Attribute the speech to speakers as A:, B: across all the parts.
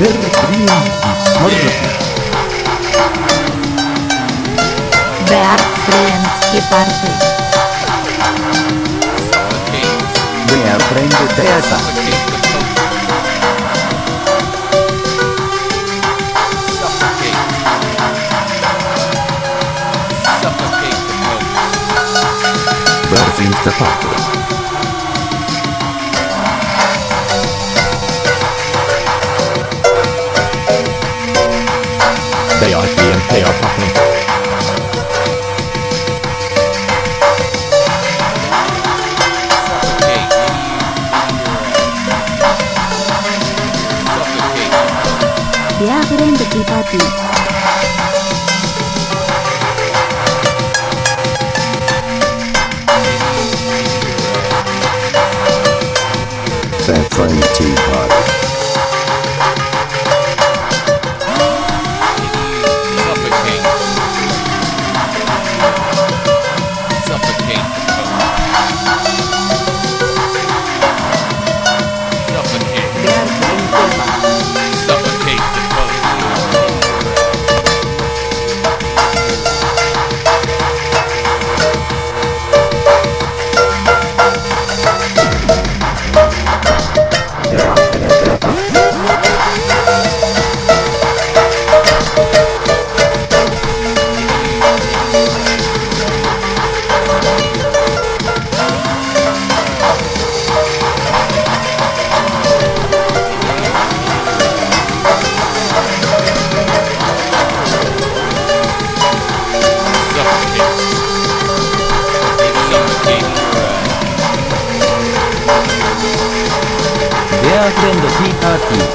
A: Yeah.
B: Bear Friends y parte.
A: Suffocate.
C: Bear friend Teresa.
A: Suffocate the pope. Suffocate. Suffocate the pope.
C: Bersin Stefano. They are being they are fucking.
A: Suffocate. Suffocate.
B: Bear Friends y Patty.
C: Bear friend Teapot.
A: Suffocate. Suffocate the pope. Suffocate.
B: Bear Friends y Patty.
A: Suffocate the pope. Suffocate. Suffocate your uh,
C: Bear friend Teapot.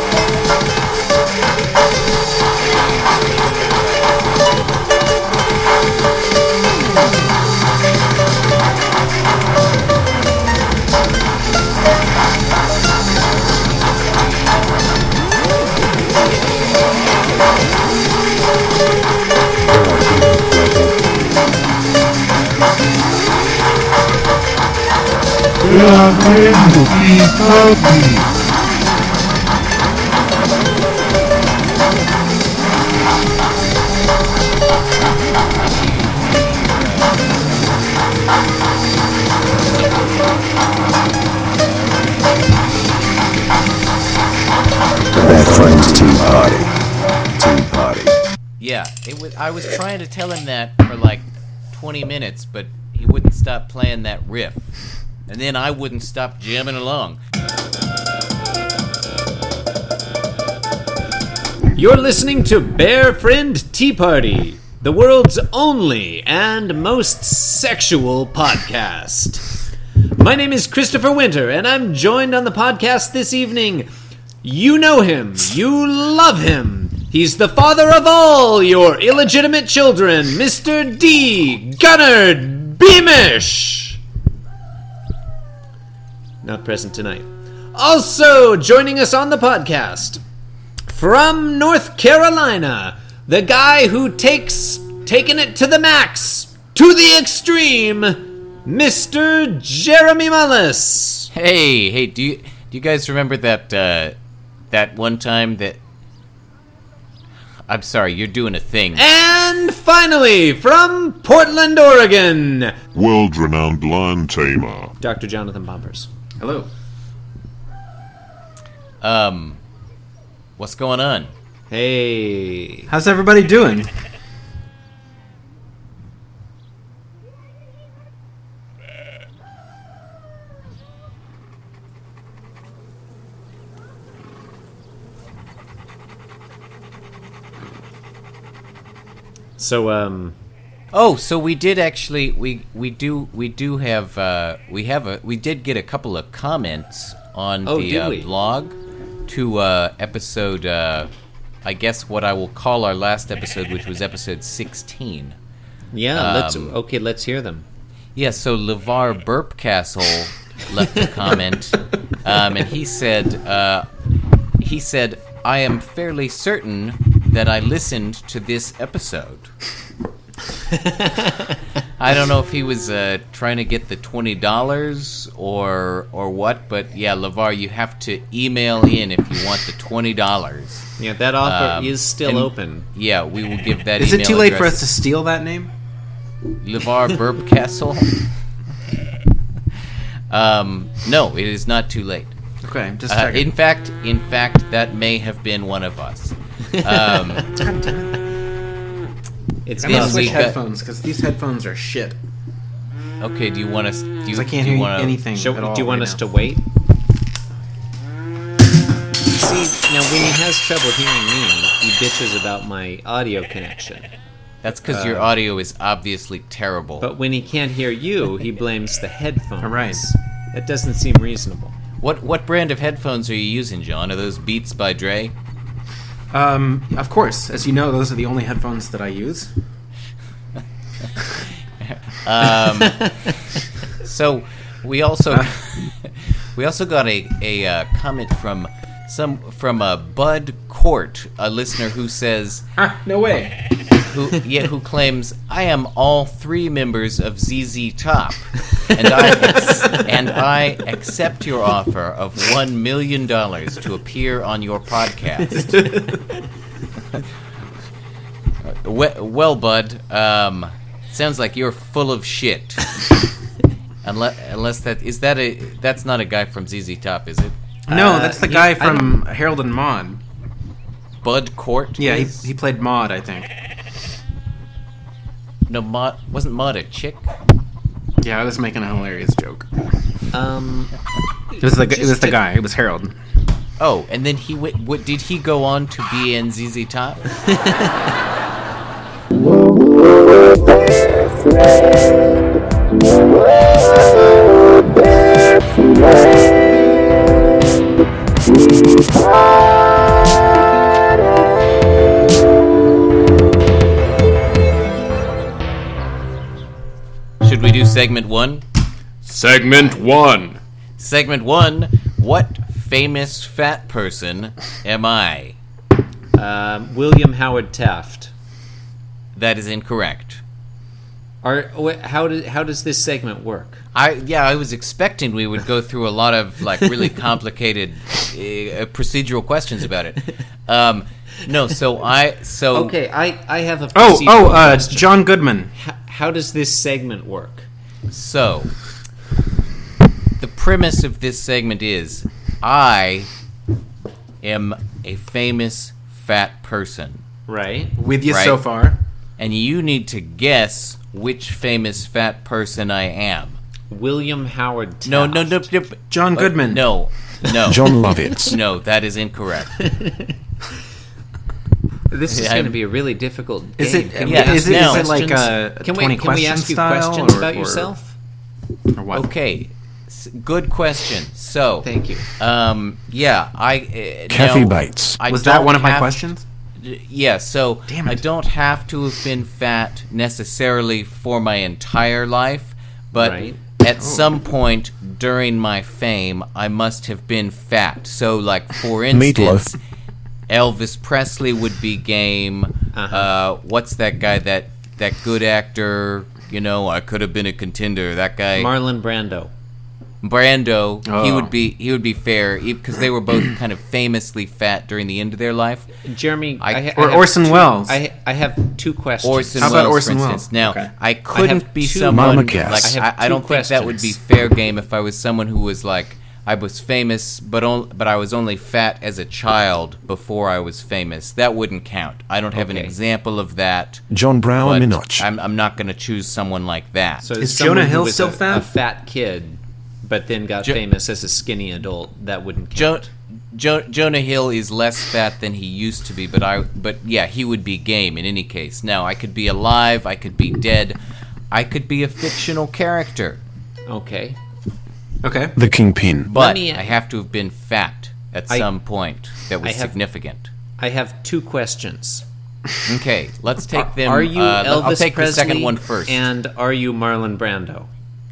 C: Bear friend Tea Party. Tea Party.
A: Yeah, it was. I was trying to tell him that for like 20 minutes, but he wouldn't stop playing that riff, and then I wouldn't stop jamming along.
D: You're listening to Bear Friend Tea Party, the world's only and most sexual podcast. My name is Christopher Winter, and I'm joined on the podcast this evening. You know him, you love him. He's the father of all your illegitimate children, Mr. D. Gunnard Beamish. Not present tonight. Also joining us on the podcast, from North Carolina, the guy who takes taking it to the max, to the extreme, Mr. Jeremy Mullis.
A: Hey, hey, do you do you guys remember that uh, that one time that? I'm sorry, you're doing a thing.
D: And finally, from Portland, Oregon,
E: world renowned lion tamer.
D: Dr. Jonathan Bombers.
F: Hello.
A: Um, what's going on?
D: Hey.
F: How's everybody doing?
D: So um
A: Oh, so we did actually we we do we do have uh, we have a we did get a couple of comments on
D: Oh,
A: the
D: did
A: uh,
D: we?
A: blog to uh, episode uh, I guess what I will call our last episode, which was episode sixteen.
D: yeah, let's
A: Um,
D: okay, let's hear them.
A: Yeah, so
F: Mm.
A: LeVar Burpcastle left a comment, um, and he said, uh, he said, I am fairly certain that I listened to this episode. I don't know if he was uh, trying to get the twenty dollars or or what, but yeah, Lavar, you have to email in if you want the twenty dollars.
D: Yeah, that offer
A: Um,
D: is still
A: and-
D: open.
A: Yeah, we will give that.
F: Is
A: email
F: it too late for us
A: address.
F: to steal that name?
A: Levar Burp Castle. um, no, it is not too late.
F: Okay, just
A: Uh,
F: checking.
A: in fact, in fact, that may have been one of us. Um,
D: It's
F: I'm gonna
A: then
F: switch
A: we got-
F: headphones because these headphones are shit.
A: okay, do you want us? Do you,
F: I can't
A: do
F: hear
A: you wanna,
F: anything.
D: Shall-
F: at all
D: do you want
F: right
D: us
F: now.
D: to wait? See, now when he has trouble hearing me, he bitches about my audio connection.
A: That's because your
F: Uh.
A: audio is obviously terrible.
D: But when he can't hear you, he blames the headphones.
F: All right.
D: That doesn't seem reasonable.
A: What what brand of headphones are you using, John? Are those Beats by Dre?
F: Um, of course, as you know, those are the only headphones that I use.
A: So we also
F: Uh.
A: we also got a a uh, comment from some from uh, Bud Court, a listener who says
F: Ah, no way.
A: who yeah who claims I am all three members of ZZ Top, and I ex- and I accept your offer of one million dollars to appear on your podcast. well, well, bud, um, sounds like you're full of shit. Unless, unless that is that a that's not a guy from ZZ Top, is it?
F: No,
D: Uh,
F: that's the
D: you-
F: guy
D: I
F: from Harold and Maude.
A: Bud Court?
F: Yeah, he,
A: is?
F: he played Maude, I think.
A: no, Maud, wasn't Maud a chick?
F: Yeah, I was making a hilarious joke.
D: Um,
F: It was the it was
D: Just
F: the
D: to-
F: guy. It was Harold.
A: Oh, and then he went. What did he go on to be in ZZ Top? Should we do segment one?
D: Segment one.
A: Segment one What famous fat person am I?
D: Um, William Howard Taft.
A: That is incorrect.
D: Are, wh- how, do, how does this segment work?
A: I yeah, I was expecting we would go through a lot of like really complicated uh, procedural questions about it. Um, no, so I so
D: Okay, I, I have a
F: Oh,
D: procedural
F: oh, uh,
D: question.
F: John Goodman.
D: H- how does this segment work?
A: So, the premise of this segment is I am a famous fat person,
D: Right.
F: With you
A: Right.
F: so far.
A: and you need to guess which famous fat person I am.
D: William Howard Taft.
A: No, no, no, no.
F: John
A: uh,
F: Goodman.
A: No, no.
C: John Lovitz.
A: No, that is incorrect.
F: This
D: This
F: is
D: is going to be a really difficult
F: Is
D: game.
F: it,
D: Can
F: is,
D: we
A: yeah,
F: it-
D: ask
F: is it
A: now-
F: like a
D: questions? Can we,
F: 20
D: can we ask you
F: question style
D: questions
F: or-
D: about
F: or-
D: yourself?
F: or what?
A: Okay, S- good question. So,
D: Thank you.
A: Um, yeah, I. Uh,
C: Kathy
A: now,
C: Bates.
A: I
F: Was that
A: don't
F: one of my
A: have-
F: questions?
A: Yeah, so
F: Damn it.
A: I don't have to have been fat necessarily for my entire life, but
D: Right.
F: Oh.
A: at some point during my fame, I must have been fat. So, like for instance, Elvis Presley would be game. uh
F: Uh-huh.
A: what's that guy that that good actor? You know, I could have been a contender. That guy,
D: Marlon Brando.
A: Brando, he
F: Oh.
A: would be he would be fair because they were both kind of famously fat during the end of their life.
D: Jeremy. I,
A: I-
D: ha- I
F: Or
D: have
F: Orson
D: two-
F: Welles.
D: I, I have two questions.
A: Orson
F: How
A: Welles,
F: about Orson
A: for
F: Welles?
A: instance. Now,
F: Okay.
A: I couldn't
D: have
A: be
D: two-
A: someone
C: Mama guess.
A: like
D: I
A: I,
D: have
A: I, don't
D: two
A: think that would be
D: questions.
A: fair game if I was someone who was like I was famous, but on, but I was only fat as a child before I was famous. That wouldn't count. I don't have an
D: Okay.
A: example of that.
C: John Brown
A: but
C: Minoch.
A: I'm, I'm not going to choose someone like that.
D: So
F: Is
D: someone
F: Jonah
D: who
F: Hill
D: was
F: still
D: a,
F: fat?
D: A fat kid, but then got
A: Jo-
D: famous as a skinny adult. That wouldn't. Count.
A: Jo- Jo- Jonah Hill is less fat than he used to be, but I but yeah, he would be game in any case. Now I could be alive, I could be dead, I could be a fictional character,
D: Okay.
F: Okay.
C: the Kingpin.
A: but
D: me- uh,
A: I have to have been fat at
D: I-
A: some point that was
D: I have-
A: significant.
D: I have two questions.
A: Okay, let's take them.
D: Are you
A: uh,
D: Elvis
A: I'll take
D: Presley?
A: the second one first.
D: And are you Marlon Brando?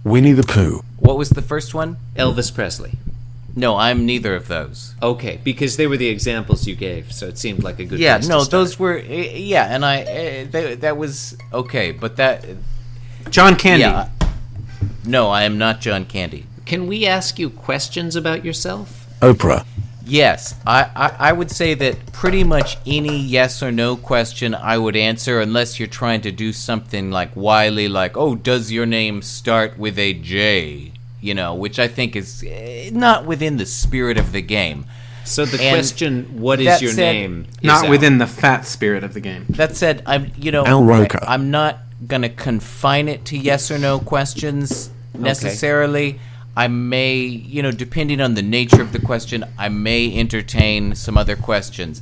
C: Winnie the Pooh.
A: what was the first one?
D: Elvis Presley.
A: No, I'm neither of those.
D: Okay, because they were the examples you gave, so it seemed like a good.
A: yeah
D: place
A: no
D: to start.
A: those were eh, yeah and i eh, they, that was okay but that
F: John Candy.
A: Yeah. No, I am not John Candy.
D: Can we ask you questions about yourself?
C: Oprah.
A: Yes, I, I, I would say that pretty much any yes or no question I would answer, unless you're trying to do something like wily, like, oh, does your name start with a J? You know, which I think is eh, not within the spirit of the game.
D: So the
A: And
D: question, "What is
A: that
D: your
A: said-
D: name?" is
F: Not
D: out.
F: within the fat spirit of the game.
A: That said, I'm, you know,
C: Al Roker.
A: I, am not going to confine it to yes or no questions necessarily. I may, you know, depending on the nature of the question, I may entertain some other questions.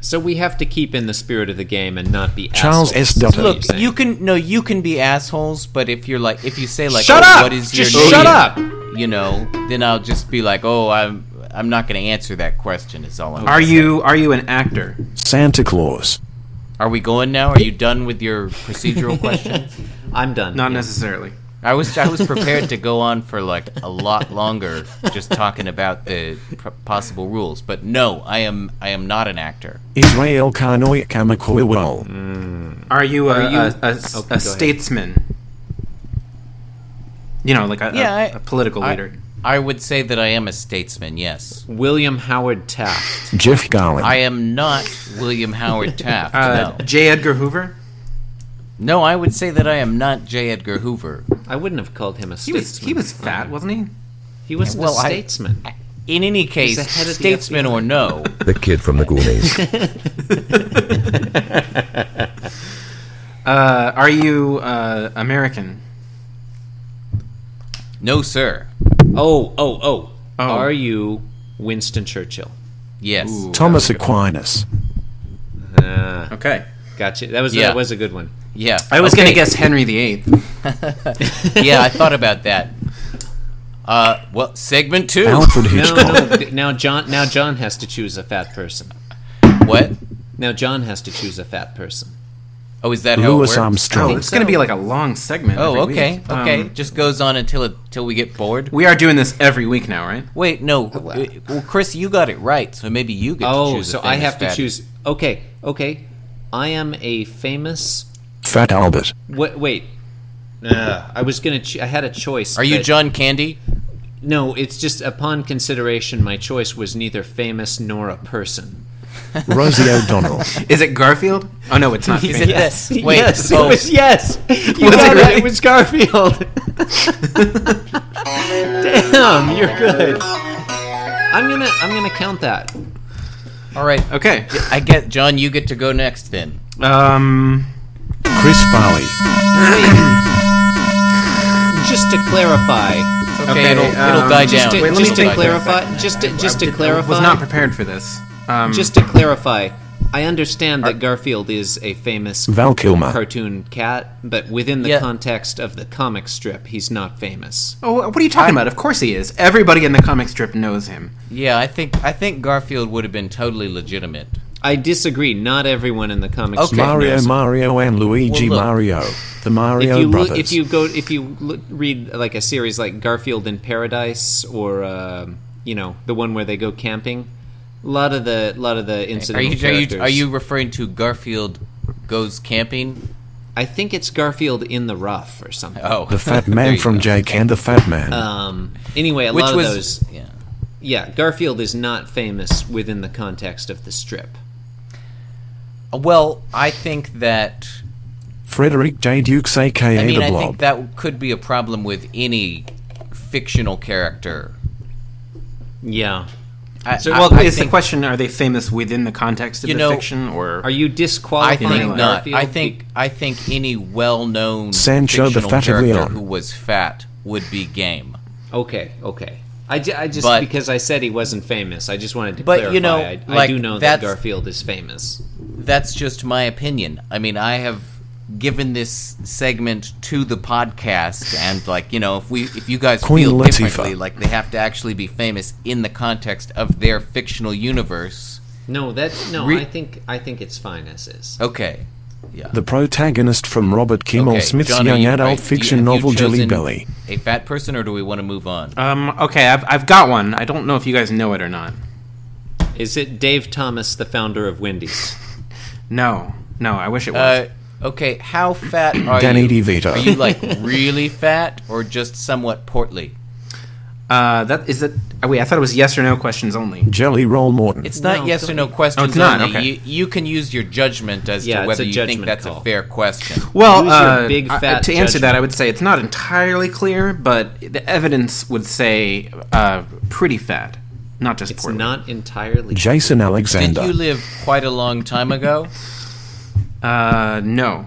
D: So we have to keep in the spirit of the game and not be
C: Charles
D: assholes,
C: S.
D: is what
C: Dutton.
D: you're
A: Look,
D: saying.
A: you can no, you can be assholes, but if you're like, if you say like,
D: Shut
A: oh,
D: up!
A: what is
D: Just
A: your name?
D: shut up!
A: You know, then I'll just be like, oh, I'm I'm not going to answer that question. Is all I'm.
F: Are you are you an actor?
C: Santa Claus.
A: Are we going now? Are you done with your procedural questions?
D: I'm done.
F: Not necessarily.
A: I was I was prepared to go on for like a lot longer, just talking about the p- possible rules. But no, I am I am not an actor.
C: Israel Kanoi Kamakoiwal.
F: Are you a,
D: you-
F: a, a, a
D: go ahead.
F: statesman? You know, like a, a-
A: Yeah, I-
F: a political
A: I-
F: leader.
A: I would say that I am a statesman. Yes,
D: William Howard Taft.
C: Jeff Garlin.
A: I am not William Howard Taft.
F: Uh,
A: no.
F: J. Edgar Hoover.
A: No, I would say that I am not J. Edgar Hoover.
D: I wouldn't have called him a
F: He
D: statesman.
F: was he was fat, wasn't he?
D: He wasn't
A: Well,
D: a
A: I-
D: statesman.
A: In any case,
D: the head of the
A: statesman or no,
G: The kid from the Goonies.
F: Uh, are you uh, American?
A: no, sir.
D: oh, oh, oh,
F: Oh.
D: Are you Winston Churchill?
A: Yes,
C: Thomas Aquinas.
D: Ah,
F: Okay.
D: gotcha. That was
A: Yeah.
D: that was a good one.
A: yeah.
F: I was
A: Okay.
F: gonna guess Henry VIII.
A: yeah, I thought about that. Uh, well, segment two.
C: Alfred
D: No,
C: Hitchcock.
D: no. th- now John. Now John has to choose a fat person.
A: What?
D: Now John has to choose a fat person.
A: Oh, is that how it
C: Louis
A: works?
F: Oh,
C: Armstrong.
F: it's gonna be like a long segment.
A: Oh,
F: every
A: okay,
F: week.
A: okay.
F: Um,
A: Just goes on until it, until we get bored.
F: we are doing this every week now, right?
A: Wait, no. uh, Well, Chris, you got it right, so maybe you get. to
D: Oh,
A: choose a
D: so I
A: famous
D: have to
A: fatty.
D: choose. Okay, okay. I am a famous.
C: Fat Albert.
D: What? Wait. Ugh, I was gonna. Cho- I had a choice.
A: Are you
D: but-
A: John Candy?
D: No, it's just upon consideration, my choice was neither famous nor a person.
C: Rosie O'Donnell.
F: Is it Garfield? Oh no, it's not.
A: Is
F: famous.
A: it this? Wait.
D: yes,
A: oh,
D: it was yes. You
F: Was
D: got
F: it
D: it.
F: really?
D: It was Garfield. Damn, you're good. I'm gonna. I'm gonna count that.
A: all right.
F: Okay.
A: I get John. You get to go next then.
F: Um.
C: Chris Farley.
D: Just to clarify.
A: Okay,
F: Okay,
A: it'll, it'll
F: um,
A: die
D: Just
A: down.
D: to,
F: Wait, let me
D: just to
F: think.
D: clarify. Just to, just to clarify.
F: Was not prepared for this.
C: Hmm.
F: Um,
D: Just to clarify, I understand that Garfield is a famous
C: Val Kilmer.
D: cartoon cat, but within the
A: Yeah.
D: context of the comic strip, he's not famous.
F: Oh, what are you talking about? Of course he is. Everybody in the comic strip knows him.
A: Yeah, I think I think Garfield would have been totally legitimate.
D: I disagree. Not everyone in the comic
A: Okay.
D: strip
C: Mario
D: knows him.
C: Mario and Luigi
A: Well, look.
C: Mario. The
D: If
C: Mario
D: you look,
C: Brothers.
D: if you go if you look, read like a series like Garfield in Paradise or um you know the one where they go camping, a lot of the lot of the
A: Are
D: incidental
A: you are
D: characters.
A: you are you referring to Garfield goes camping?
D: I think it's Garfield in the rough or something.
A: Oh,
C: the Fat
A: There
C: Man
A: you
C: from
A: go. Uh,
C: Jake and the Fat Man.
D: Um, anyway, a lot
A: which
D: of
A: was
D: those.
A: yeah.
D: Yeah, Garfield is not famous within the context of the strip.
A: Well, I think that
C: Frederick J. Dukes, aka
A: I mean,
C: the
A: I
C: Blob.
A: think that could be a problem with any fictional character.
D: Yeah.
A: I,
D: So,
A: I-
F: Well,
A: I
F: Uh, is the
A: think-
F: question: Are they famous within the context of
A: You
F: the
A: know,
F: fiction, or
D: Are you
A: I
D: disqualifying
A: think not.
D: Garfield?
A: I think I think any well-known
C: Sancho the
A: fictional
C: Fat
A: character
C: Leon.
A: who was fat would be game.
D: Okay, okay. I, ju- I just
A: But-
D: because I said he wasn't famous, I just wanted to
A: But,
D: clarify.
A: you know,
D: I, I
A: like,
D: do know that
A: that's-
D: Garfield is famous.
A: That's just my opinion. I mean, I have given this segment to the podcast, and like you know, if we if you guys
C: Queen
A: feel
C: Latifah.
A: differently, like they have to actually be famous in the context of their fictional universe.
D: No, that's no.
A: Re-
D: I think I think it's fine as is.
A: Okay. Yeah.
C: the protagonist from Robert Kimmel
A: Okay,
C: Smith's
A: John, are
C: young
A: you-
C: adult
A: are- do you-
C: fiction
A: have you
C: novel Jelly
A: chosen
C: Belly.
A: A fat person, or do we want to move on?
F: Um, okay, I've, I've got one. I don't know if you guys know it or not.
D: Is it Dave Thomas, the founder of Wendy's?
F: No, no, I wish it was.
A: Uh, Okay, how fat are
C: Danny
A: you?
C: DeVito.
A: Are you like really fat or just somewhat portly?
F: Uh, that is that. oh, Wait, I thought it was yes or no questions only.
C: Jelly Roll Morton.
A: It's not yes or no questions.
F: it's not,
A: only.
F: okay.
A: You, you can use your judgment as
D: Yeah,
A: to
D: it's
A: whether
D: a
A: you think
D: judgment
A: that's
D: call.
A: a fair question.
F: Well,
D: Use your
F: uh,
D: big,
F: I-
D: fat
F: to answer that,
D: judgment.
F: I would say it's not entirely clear, but the evidence would say uh, pretty fat, not just
D: It's
F: poorly.
D: not entirely.
C: Jason
A: Did
C: Alexander.
A: you live quite a long time ago?
F: Uh, no.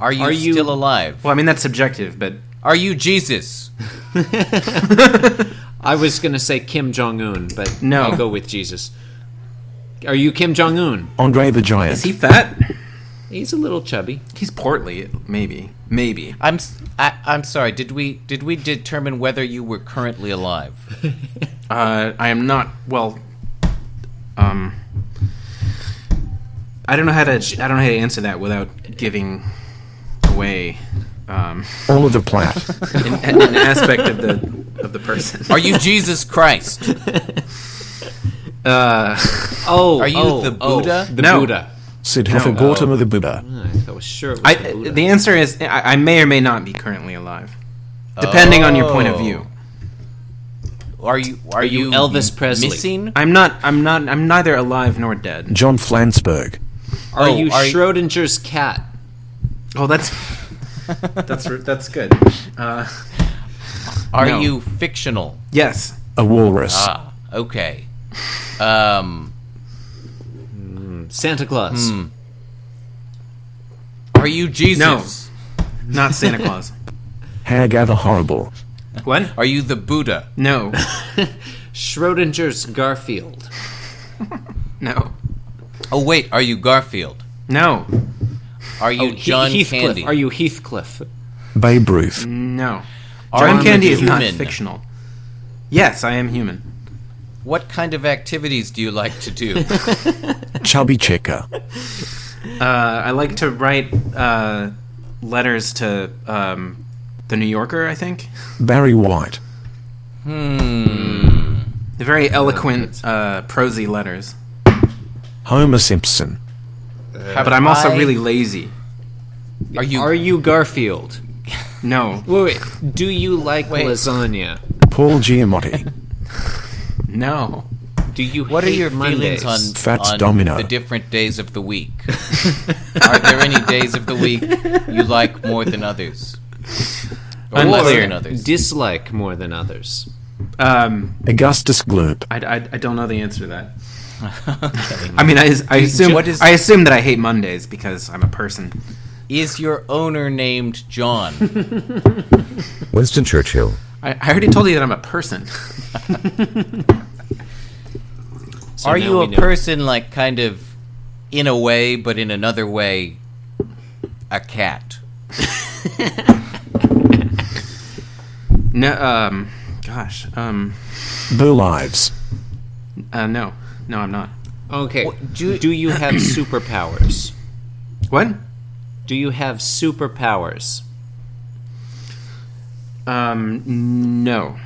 A: Are you,
D: Are you-
A: still alive?
F: Well, I mean that's subjective, but
A: Are you Jesus?
D: I was gonna say Kim Jong Un, but
F: No.
D: I'll go with Jesus. Are you Kim Jong Un?
C: Andre the Giant.
F: is he fat?
D: He's a little chubby.
F: He's portly, maybe, maybe.
A: I'm s- I, am sorry. Did we did we determine whether you were currently alive?
F: Uh, I am not well. Um, I don't know how to. I don't know how to answer that without giving away um,
C: Oliver Platt.
F: an, an aspect of the of the person.
A: Are you Jesus Christ?
D: Oh,
A: Are you
D: oh,
A: the
D: oh,
A: Buddha?
D: the
F: No.
D: Buddha.
C: Siddhartha
F: No.
C: Gautama the Buddha.
D: I was sure. It was
F: I,
D: the Buddha.
F: the answer is I, I may or may not be currently alive, depending on your point of view.
A: Are you are, you,
D: Elvis Presley?
A: Missing?
F: I'm not. I'm not. I'm neither alive nor dead.
C: John Flansburgh.
D: are
A: Oh,
D: you
A: are-
D: Schrodinger's cat?
F: Oh, that's that's r- that's good. Uh,
A: Are
F: No.
A: you fictional?
F: yes.
C: A walrus.
A: Ah, okay. Um,
D: Santa Claus.
A: Hmm. are you Jesus?
F: Not Santa Claus.
C: Hag the Horrible.
F: what?
A: Are you the Buddha?
F: No.
D: Schrodinger's Garfield.
F: No.
A: Oh wait, are you Garfield?
F: No.
A: Are you
D: Oh, He-
A: John
D: Heathcliff.
A: Candy?
D: Are you Heathcliff?
C: Babe Ruth.
F: No.
A: Are
F: John
A: you
F: Candy is not
A: human?
F: fictional. Yes, I am human.
A: What kind of activities do you like to do?
C: Chubby Checker.
F: Uh, I like to write uh, letters to um, the New Yorker. I think
C: Barry White.
F: the very eloquent, uh, prosy letters.
C: Homer Simpson.
F: But I'm also
A: I-
F: really lazy.
A: Are you
D: Are you Garfield?
F: No,
D: Wait, wait. Do you like
A: Wait.
D: lasagna?
C: Paul Giamatti.
F: no.
D: Do you?
A: What are
D: hate
A: your
D: Mondays?
A: feelings on,
C: Fats
A: on
C: Domino.
A: the different days of the week? Are there any days of the week you like more than others? Or less
F: Unclear.
A: than others?
D: dislike more than others?
F: Um,
C: Augustus Gloop.
F: I, I, I don't know the answer to that. I mean, I, I assume
A: what is-
F: I assume that I hate Mondays because I'm a person.
A: Is your owner named John?
G: Winston Churchill.
F: I, I already told you that I'm a person.
D: So
A: Are
D: now
A: you
D: we
A: a
D: know.
A: person like kind of in a way, but in another way, a cat?
F: No. Um. Gosh. Um.
C: Burl Ives.
F: Uh, no. No, I'm not.
D: Okay.
A: What-
D: Do,
A: do-
D: do you have superpowers?
F: What?
D: Do you have superpowers?
F: Um. No.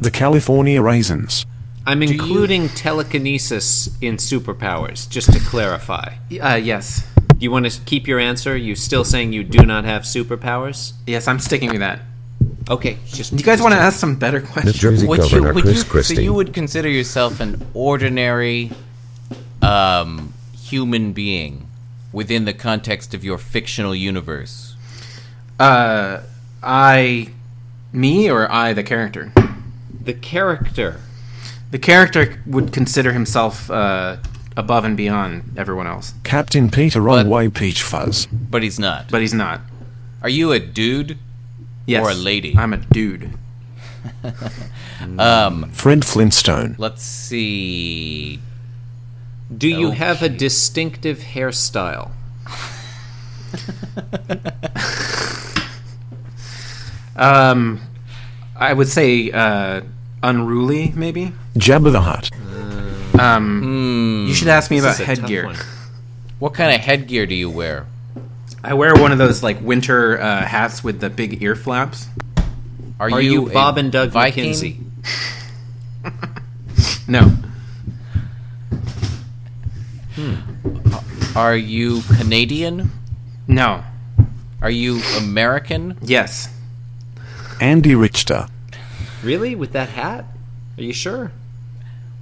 C: The California Raisins.
D: I'm
A: you-
D: including telekinesis in superpowers, just to clarify.
F: Uh. Yes.
D: You want to keep your answer? You still saying you do not have superpowers?
F: Yes. I'm sticking with that.
D: Okay, just
F: Do you guys want to ask some better questions?
G: New Jersey
A: Would you,
G: Governor
A: would
G: Chris
A: you,
G: Christie.
A: So you would consider yourself an ordinary um, human being within the context of your fictional universe?
F: Uh, I, me, or I, the character.
D: the character.
F: The character would consider himself uh, above and beyond everyone else,
C: Captain Peter Runway Peach Fuzz.
A: But he's not.
F: but he's not.
A: Are you a dude?
F: Yes,
A: Or a lady.
F: I'm a dude.
C: Fred Flintstone.
A: Let's see.
D: Do you have a distinctive hairstyle?
F: Um, I would say uh, unruly, maybe.
C: Jabba the Hutt.
F: Um, you should ask me about
D: Mm. This is a tough
F: headgear.
D: one.
A: What kind of headgear do you wear?
F: I wear one of those like winter uh, hats with the big ear flaps.
D: Are you,
A: a
D: Bob and Doug
A: Viking?
D: McKenzie?
F: No,
A: Are you Canadian?
F: No.
A: Are you American?
F: Yes.
C: Andy Richter.
D: Really? With that hat? Are you sure?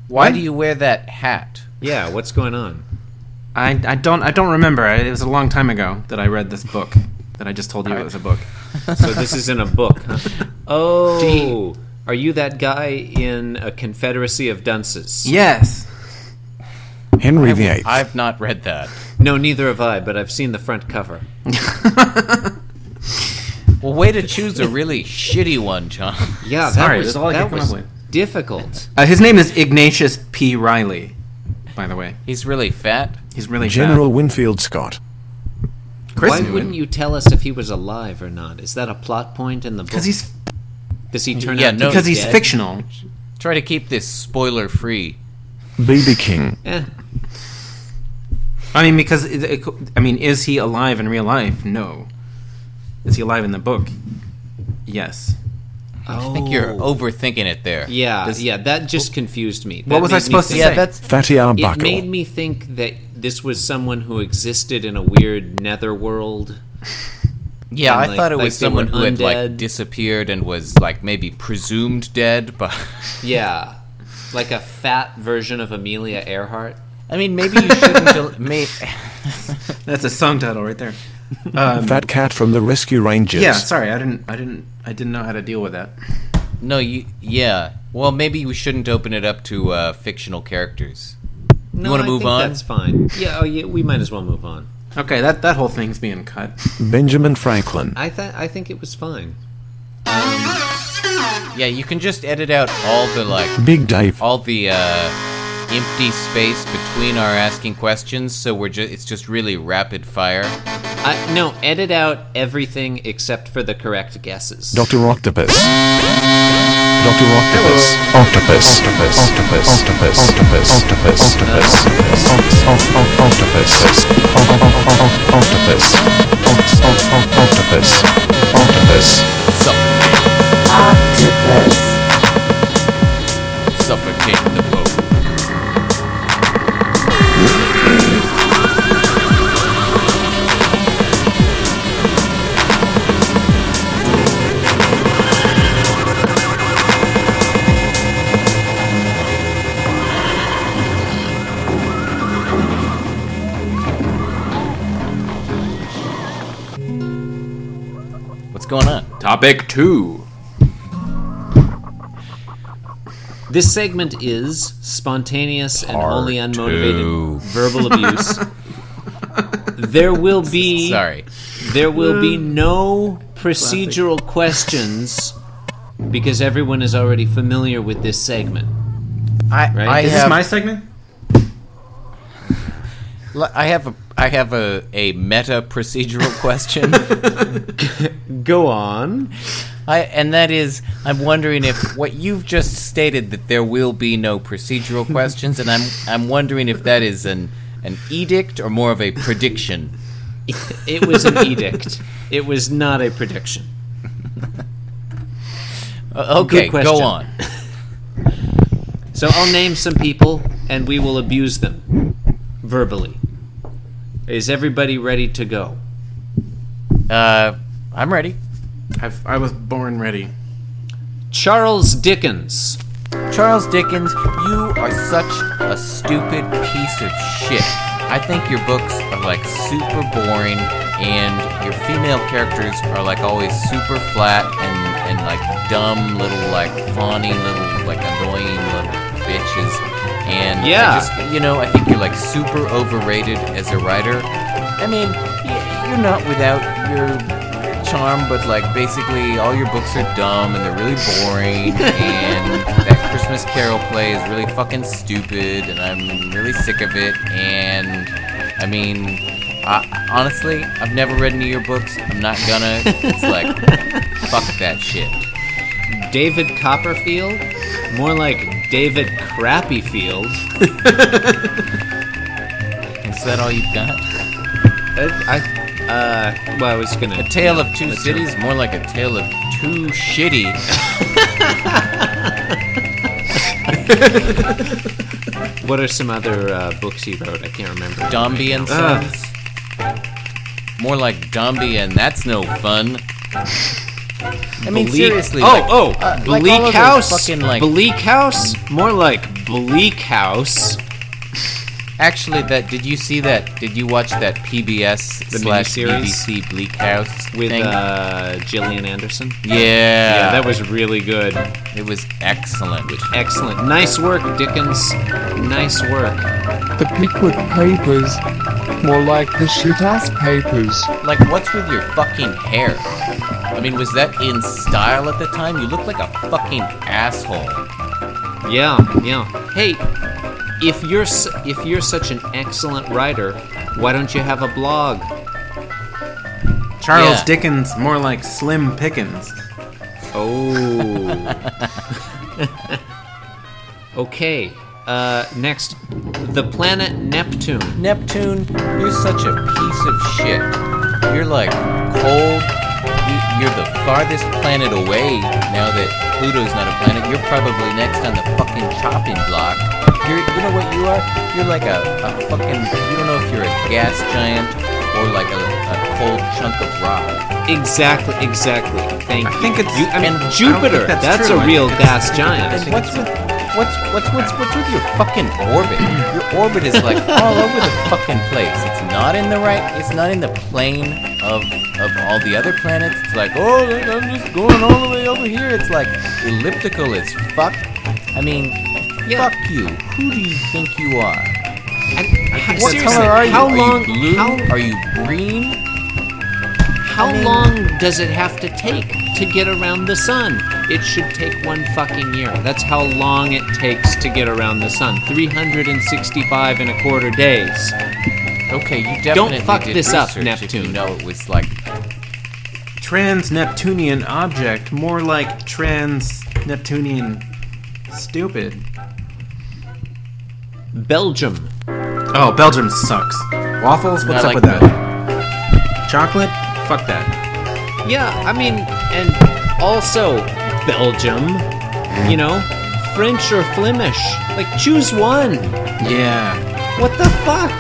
A: Why do you wear that hat?
D: Yeah, what's going on?
F: I, I don't I don't remember. I- It was a long time ago that I read this book that I just told you it was a book.
D: So this is in a book, huh? Oh. Are you that guy in a confederacy of dunces?
F: Yes.
C: Henry VIII.
A: I've not read that.
D: No, neither have I, but I've seen the front cover.
A: Well, way to choose a really shitty one, John.
D: Yeah, that
F: Sorry,
D: was,
F: that's all I
D: that
F: could come
D: was
F: up with.
D: difficult.
F: Uh, his name is Ignatius P. Riley. By the way,
A: He's really fat.
F: he's really
C: General Winfield Scott.
F: Fat. Chris
D: Why wouldn't you tell us if he was alive or not? Is that a plot point in the book?
F: Because he's
D: Does he turn
A: Yeah,
D: out
A: no,
D: to be
F: because he's
D: dead?
F: fictional.
A: Try to keep this spoiler free.
C: B.B. King.
D: Eh,
F: I mean, because it, it, co- I mean, is he alive in real life? No. Is he alive in the book? Yes.
A: I think you're overthinking it there.
D: Oh. Yeah,
A: Does-
D: yeah, that just confused me. That
F: What was I
D: made me
F: supposed to
D: think-
A: Yeah,
F: say?
A: that's
C: Fatih
D: It
C: Arbuckle.
D: made me think that this was someone who existed in a weird netherworld.
A: yeah.
D: And,
A: I
D: like-
A: thought it
D: like
A: was
D: they were
A: someone who had like
D: undead.
A: disappeared and was like maybe presumed dead, but
D: Yeah, like a fat version of Amelia Earhart.
A: I mean, maybe you shouldn't. del- may-
F: That's a song title right there.
C: Fat Cat from the Rescue Rangers.
F: Yeah. Sorry, I didn't. I didn't. I didn't know how to deal with that.
A: no, you. Yeah. Well, maybe we shouldn't open it up to uh, fictional characters.
D: No,
A: wanna
D: I
A: move
D: think
A: on?
D: That's fine. Yeah, oh, yeah, we might as well move on.
F: Okay. That that whole thing's being cut.
C: Benjamin Franklin.
D: I th- I think it was fine.
A: Yeah, you can just edit out all the like
C: Big Dave.
A: all the uh, empty space between our asking questions, so we're just it's just really rapid fire.
D: I, Uh, no, edit out everything except for the correct guesses.
C: Dr. Octopus. Dr. Octopus. Octopus. Octopus. Octopus. Octopus. Octopus. Octopus. Octopus. Octopus. Octopus. Octopus. Octopus.
A: Suffocate the Pope. What's going on?
F: Topic two.
D: This segment is spontaneous and wholly unmotivated
A: two.
D: verbal abuse. there will be
A: Sorry.
D: There will be no procedural questions because everyone is already familiar with this segment.
A: I,
D: Right?
A: I
D: Is
F: Is this
A: have,
F: my segment?
A: l- I have a I have a, a meta procedural question.
D: Go on.
A: I and that is I'm wondering if what you've just stated that there will be no procedural questions and I'm I'm wondering if that is an an edict or more of a prediction.
D: It was an edict. It was not a prediction.
A: Uh, okay,
D: Good question.
A: go on.
D: So I'll name some people and we will abuse them verbally. Is everybody ready to go?
A: Uh, I'm ready.
F: I've, I was born ready.
D: Charles Dickens.
A: Charles Dickens, you are such a stupid piece of shit. I think your books are like super boring, and your female characters are like always super flat and, and like dumb little like fawny little like annoying little bitches. And I
D: Yeah.
A: just you know I think you're like super overrated as a writer. I mean, y- you're not without your charm, but like basically all your books are dumb and they're really boring. and that Christmas Carol play is really fucking stupid, and I'm really sick of it. And I mean, I, honestly, I've never read any of your books. I'm not gonna. It's like, fuck that shit.
D: David Copperfield? More like David Crappyfield.
A: Is that all you've got?
D: Uh, I, uh, well, I was gonna.
A: A Tale of Two Cities, more like a tale of two shitty.
D: What are some other uh, books he wrote? I can't remember.
A: Dombey and
D: Ah.
A: Sons? More like Dombey and That's No Fun. I mean,
D: Bleak.
A: seriously.
D: oh,
A: like,
D: oh,
A: uh, like
D: Bleak
A: all of those
D: House.
A: Fucking, like,
D: Bleak House. More like Bleak House.
A: Actually, that did you see that? Did you watch that PBS
D: The
A: slash
D: miniseries?
A: BBC Bleak House
D: with
A: thing?
D: uh, Gillian Anderson.
A: yeah,
D: Yeah, that was really good.
A: it was excellent.
D: Excellent. Nice work, Dickens. Nice work.
H: The Pickwick Papers. More like the shit ass papers.
A: Like, what's with your fucking hair? I mean, was that in style at the time? You look like a fucking asshole.
D: Yeah, yeah. Hey, if you're s- if you're such an excellent writer, why don't you have a blog?
F: Charles
A: Yeah.
F: Dickens, more like Slim Pickens.
D: Oh. okay. Uh, next, the planet Neptune.
A: Neptune, you're such a piece of shit. You're like cold. You- You're the farthest planet away now that Pluto's not a planet. You're probably next on the fucking chopping block. You're, you know what you are? You're like a, a fucking. You don't know if you're a gas giant or like a, a cold chunk of rock.
D: Exactly, exactly. Thank
F: I
D: you.
F: think it's-
D: You- I mean,
A: and I don't think
D: Jupiter.
F: that's
D: That's, a
F: true. I
D: real
F: think
D: gas
F: it's-
D: giant.
F: I think
A: What's with what's what's what's what's with your fucking orbit? Your orbit is like all over the fucking place. It's not in the right. It's not in the plane of of all the other planets. It's like oh, look, I'm just going all the way over here. It's like elliptical as fuck. I mean,
D: Yeah.
A: fuck you. Who do you think you are?
D: And how,
A: What
D: seriously,
A: color are you?
D: how
A: are you
D: long?
A: blue?
D: How,
A: Are you green?
D: how long does it have to take to get around the sun? It should take one fucking year. That's how long it takes to get around the sun. 365 and a quarter days.
A: Okay, you definitely
D: fuck
A: did
D: this up,
A: research If you
D: Neptune.
A: know it was like
F: Trans Neptunian object, more like trans Neptunian stupid.
D: Belgium.
F: Oh, Belgium sucks. Waffles? What's
A: I like
F: up with that? Chocolate? Fuck that.
D: Yeah, I mean, and also Belgium. You know, French or Flemish. Like, choose one.
F: Yeah.
D: What the fuck?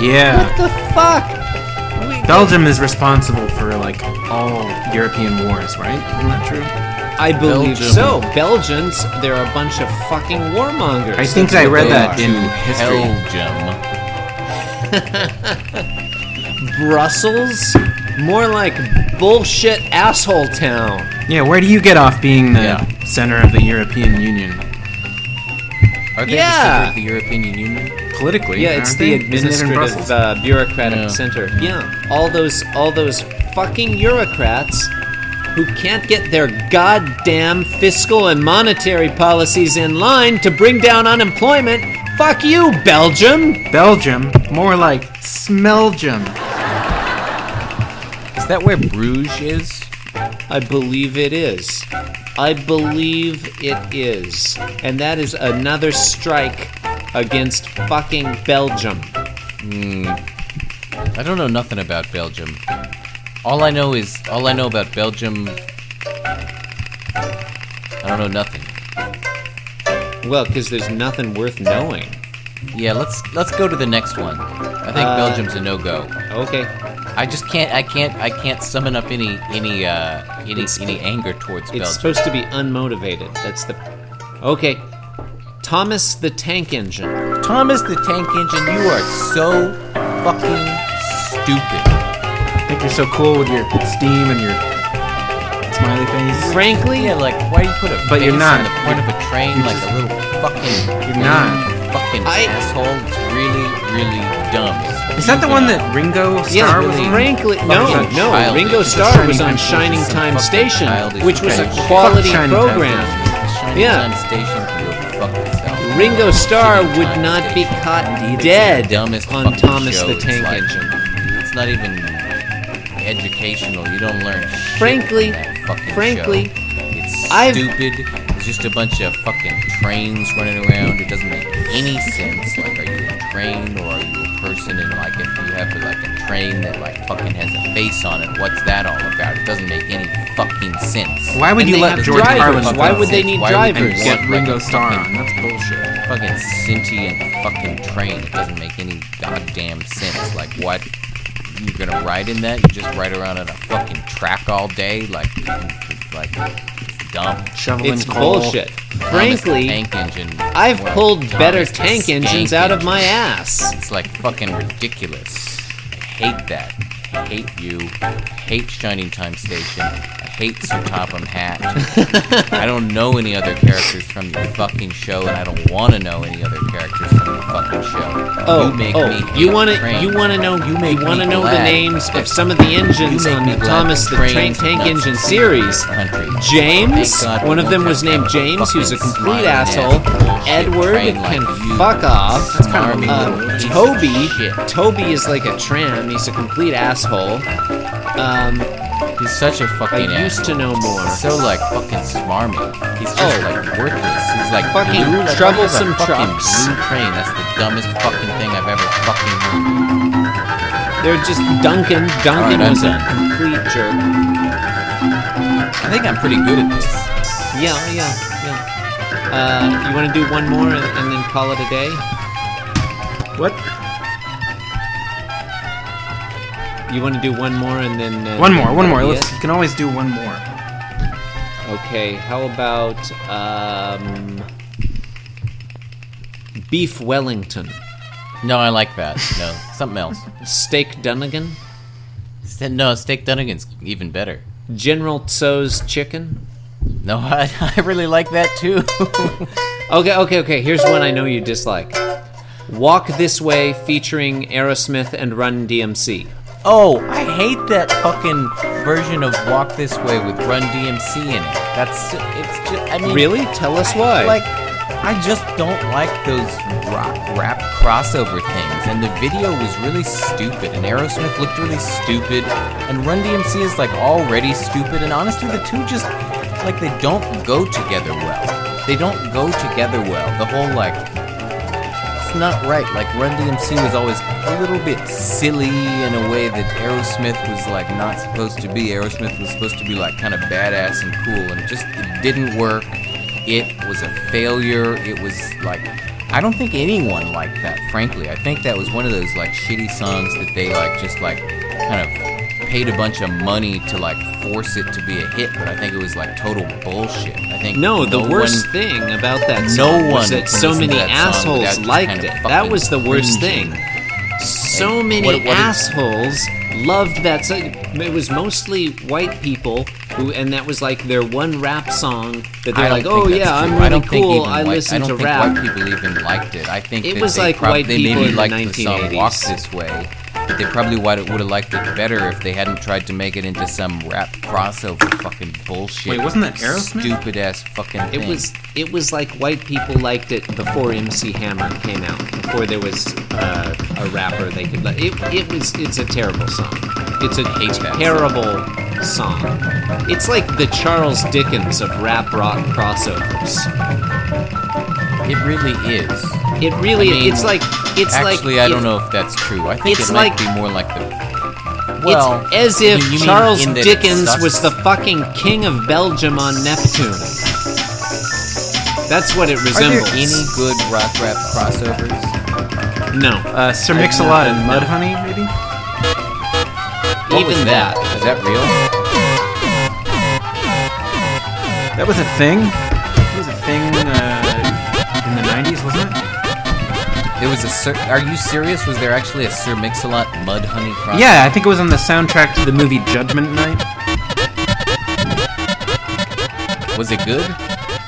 F: Yeah.
D: the fuck? We-
F: Belgium is responsible for like all European wars, right? Isn't that true?
D: I believe
A: Belgium.
D: so. Belgians, they're a bunch of fucking warmongers.
F: I think I read
A: Go
F: that
A: to
F: in history.
A: Belgium.
D: Brussels? More like bullshit asshole town.
F: Yeah, where do you get off being the
A: Yeah.
F: center of the European Union?
A: Are they
D: Yeah.
A: the center of the European Union?
F: Politically,
D: Yeah, it's
F: aren't
D: the
F: they? Isn't it in
D: administrative
F: Brussels?
D: uh, bureaucratic
A: Yeah.
D: center. Yeah, all those all those fucking bureaucrats who can't get their goddamn fiscal and monetary policies in line to bring down unemployment. Fuck you, Belgium.
F: Belgium, more like Smeljum.
A: Is that where Bruges is?
D: I believe it is. I believe it is. And that is another strike against fucking Belgium.
A: I don't know nothing about Belgium. All I know is all I know about Belgium. I don't know nothing.
D: Well, because there's nothing worth knowing.
A: Yeah, let's let's go to the next one. I think
D: Uh,
A: Belgium's a no-go.
D: Okay.
A: I just can't I can't I can't summon up any any uh any any anger towards
D: It's
A: Belgium.
D: supposed to be unmotivated. That's the. Okay. Thomas the Tank Engine.
A: Thomas the Tank Engine, you are so fucking stupid.
F: I think you're so cool with your steam and your smiley face.
D: Frankly,
A: Yeah, like why do you put a
F: But you're
A: face
F: not.
A: on the front of a train
F: You're
A: like
F: just-
A: a little fucking
F: You're not.
A: fucking
D: I-
A: asshole. It's really, really dumb. It's
F: Is that the
A: evil.
F: one that Ringo Starr
D: yeah,
F: was in?
D: frankly, no,
F: fucking
D: no.
A: childish.
D: Ringo
A: It's a
D: Starr
F: Shining
D: was on
F: Time Station.
D: Shining
F: It's a
D: Time
A: Fucking
D: Station,
A: childish
D: which was a
A: shit.
D: quality
F: Shining Time
D: program.
A: Shining
D: Yeah.
A: Time Station can go fuck itself.
D: Ringo Starr
A: Shining
D: would
A: Time
D: not be
A: Station.
D: caught
A: It's the
D: dead
A: dumbest
D: on
A: fucking
D: Thomas
A: show.
D: the
A: It's
D: Tank
A: like-
D: Engine.
A: It's not even educational. You don't learn. Shit
D: Frankly-
A: from that fucking
D: frankly,
A: show. it's
D: I've-
A: stupid. It's just a bunch of fucking trains running around. It doesn't make any sense. Like, are you a train or are you a person? And like, if you have like a train that like fucking has a face on it, what's that all about? It doesn't make any fucking sense.
F: Why would
D: And
F: you
D: they
F: let
D: have
F: George
D: drivers.
F: Carlin
D: Why
F: go
D: would they
F: and
D: need
A: Why would they
D: drivers?
A: want,
F: get
A: like,
F: Ringo
A: a
F: Starr
A: fucking
F: on? That's bullshit.
A: fucking sentient fucking train. It doesn't make any goddamn sense. Like, what? You're gonna ride in that? You just ride around on a fucking track all day? Like, like, it's dumb.
F: Shoveling
D: It's
F: coal.
D: bullshit.
A: Dumb as
D: Frankly,
A: the tank engine.
D: I've
A: Well,
D: pulled
A: dumb
D: better
A: as the
D: tank
A: skank
D: engines out of my
A: engine.
D: ass.
A: It's like fucking ridiculous. I hate that. I hate you. I hate Shining Time Station. I hate Sir Topham Hat. I don't know any other characters from your fucking show, and I don't want to know any other characters from your fucking show.
D: Oh,
A: you make
D: oh,
A: me hate
D: you want to
A: trains.
D: you want to know you,
A: make
D: want
A: me
D: to know the
A: glad
D: names of
A: that-
D: some of the engines
A: you make
D: on
A: me
D: the
A: glad
D: Thomas
A: that
D: the Train
A: trains
D: Tank
A: nuts
D: Engine
A: the
D: series.
A: country.
D: James,
A: Thank God we
D: one of
A: won't
D: them
A: have
D: was
A: to
D: named
A: have
D: James, who's a
A: fucking
D: complete
A: smiling ass
D: asshole.
A: bullshit
D: Edward
A: train like
D: can
A: you.
D: fuck off.
A: That's kind of a little
D: Uh,
A: piece of
D: Toby,
A: shit.
D: Toby is like a tram. He's a complete asshole. Um,
A: He's such a fucking
D: I used to
A: asshole.
D: know more.
A: He's so like fucking smarmy. He's just
D: Oh.
A: like worthless. He's like
D: Fucking
A: blue, like,
D: troublesome
A: fucking
D: trucks.
A: Blue train. That's the dumbest fucking thing I've ever fucking heard.
D: They're just Duncan.
A: Alright,
D: Duncan
A: I'm
D: was a
A: done.
D: complete jerk.
A: I think I'm pretty good at this.
D: Yeah, yeah, yeah. Uh, you want to do one more and, and then call it a day?
F: What?
D: You want to do one more and then uh,
F: One more, one more.
D: that'll be
F: Let's, you can always do one more.
D: it? Okay. How about um, beef Wellington,
A: No, I like that. No, something else.
D: steak Dunnigan,
A: Ste- No, steak Dunnigan's even better.
D: General Tso's chicken?
A: No, I, I really like that too.
D: Okay, okay, okay. Here's one I know you dislike. Walk This Way featuring Aerosmith and Run DMC.
A: oh, I hate that fucking version of Walk This Way with Run DMC in it. That's it's just I mean
D: Really? Tell us why.
A: Like, I just don't like those rock rap crossover things. And the video was really stupid, and Aerosmith looked really stupid, and Run DMC is like already stupid. And honestly, the two just like they don't go together well. They don't go together well. The whole like. It's not right. Like Run DMC was always a little bit silly in a way that Aerosmith was like not supposed to be. Aerosmith was supposed to be like kind of badass and cool, and it just it didn't work. It was a failure. It was like I don't think anyone liked that, frankly. I think that was one of those like shitty songs that they like just like kind of paid a bunch of money to like force it to be a hit, but I think it was like total bullshit. I think
D: No, the worst
A: one-
D: thing about that
A: no
D: song
A: one
D: was that
A: can
D: so
A: listen to
D: many
A: that song without
D: assholes
A: just
D: liked
A: kinda
D: it. That
A: fucking
D: was the worst
A: cringing.
D: thing. So many
A: what- what-
D: assholes loved that song. It was mostly white people who, and that was like their one rap song that
A: I
D: they're
A: don't
D: like,
A: think
D: "Oh
A: that's
D: yeah, I'm
A: true.
D: really
A: I don't think
D: cool.
A: even
D: I
A: white,
D: listen
A: I don't
D: to
A: think
D: rap."
A: White people even liked it. I think
D: It
A: that
D: was
A: they
D: like
A: prob-
D: white
A: they
D: people
A: maybe
D: in the
A: liked the song
D: 1980s.
A: "Walk This Way," but they probably would have liked it better if they hadn't tried to make it into some rap crossover fucking bullshit.
F: Wait, wasn't that Aerosmith?
A: Stupid ass fucking.
D: It
A: thing.
D: was it was like white people liked it before MC Hammer came out. Before there was uh, a rapper they could like. It, it was it's a terrible song. It's a
A: hate that song.
D: terrible song. It's like the Charles Dickens of rap rock crossovers.
A: It really is.
D: It really
A: I mean,
D: it's like it's like
A: Actually, I
D: if-
A: don't know if that's true. I think
D: it's
A: it might
D: like-
A: be more like the.
D: It's
A: Well,
D: as
A: you
D: if
A: mean
D: Charles
A: in that it
D: Dickens
A: sucks?
D: was the fucking king of Belgium on Neptune. That's what it
A: Are there
D: resembles.
A: any good rock rap crossovers?
D: no,
F: Uh, Sir Mix-a-Lot and Mud Honey, maybe?
A: What
D: even
A: was
D: that.
A: Is that real?
F: That was a thing. It was a thing uh, in the '90s, wasn't it?
A: It was a. Sir, are you serious? Was there actually a Sir Mix-a-Lot Mud Honey crossover?
F: Yeah, I think it was on the soundtrack to the movie Judgment Night.
A: Was it good?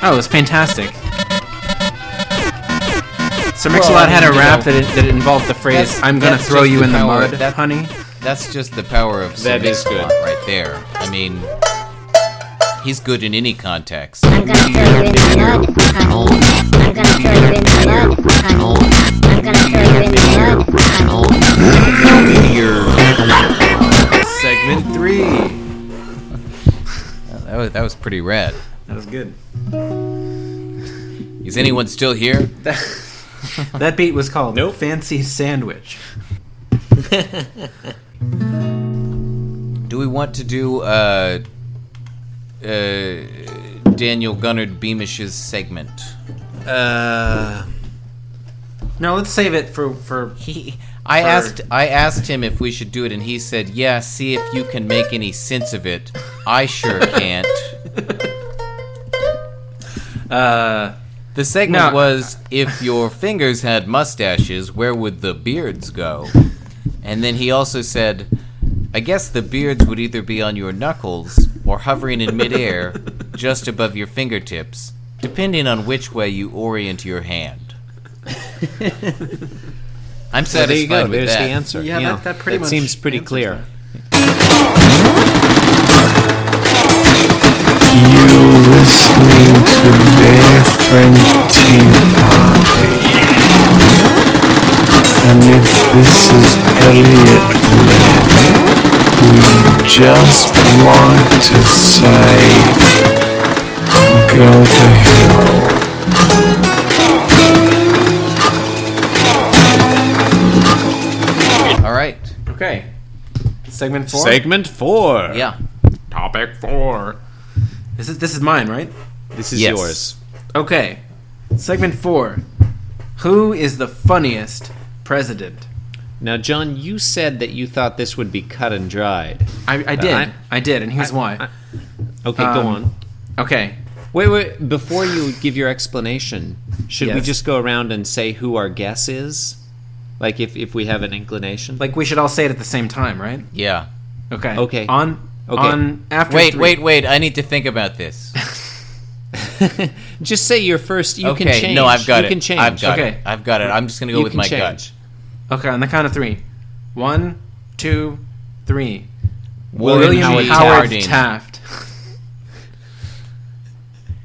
F: Oh, it was fantastic. Sir Mix-a-Lot
A: I
F: had a
A: mean, you
F: rap
A: know,
F: that, it, that involved the phrase
A: that's-
F: "I'm gonna
A: that's
F: throw
A: just
F: you
A: the
F: in the
A: power
F: mud,
A: of that-
F: honey."
A: That's just the power of Sir
D: That is good.
A: Mix-a-Lot right there. I mean, he's good in any context.
B: I'm gonna throw you in the mud, honey. I'm gonna throw you in the mud, honey. I'm gonna throw you in the mud, honey.
F: Segment three.
A: That was, that was pretty rad.
F: That was good.
A: Is anyone still here?
F: That beat was called "No Fancy Sandwich."
A: Do we want to do uh, uh, Daniel Gunnard Beamish's segment?
D: Uh,
F: No, let's save it for for.
A: He, I
F: Bird.
A: asked, I asked him if we should do it, and he said, "Yeah, see if you can make any sense of it." I sure can't.
F: Uh,
A: The segment
F: No.
A: was, "If your fingers had mustaches, where would the beards go?" And then he also said, "I guess the beards would either be on your knuckles or hovering in midair, just above your fingertips, depending on which way you orient your hand." I'm
D: So there you
A: satisfied
D: go.
A: with
D: There's
A: that.
D: the answer.
F: Yeah, that- that pretty much
D: seems pretty
F: answers
D: clear.
C: And if this is Elliot Lane, we just want to say go to hell.
A: All right.
F: okay. Segment four.
D: Segment four.
A: Yeah.
F: Topic four. This is this is mine, right?
D: This is
A: Yes.
D: yours.
F: Okay. Segment four. Who is the funniest president?
D: Now, John, you said that you thought this would be cut and dried.
F: I, I did.
D: I-
F: I, did, and here's why.
D: Okay,
F: Um,
D: go on.
F: okay.
D: Wait, wait. Before you give your explanation, should we
F: Yes.
D: just go around and say who our guess is? Like, if, if we have an inclination?
F: Like we should all say it at the same time, right?
A: Yeah.
F: Okay.
D: Okay.
F: On.
D: Okay.
F: On after.
A: Wait,
F: three-
A: wait, wait. I need to think about this.
D: just say your first. You
A: okay,
D: can change.
A: no, I've got
D: you
A: it.
D: Can change.
A: I've got
F: Okay.
A: it. I've got it. I'm just gonna go
D: You
A: with
D: can
A: my
D: change.
A: gut.
F: Okay. On the count of three. One, two, three.
A: William, Howard,
F: Howard
A: Taft.
F: Taft.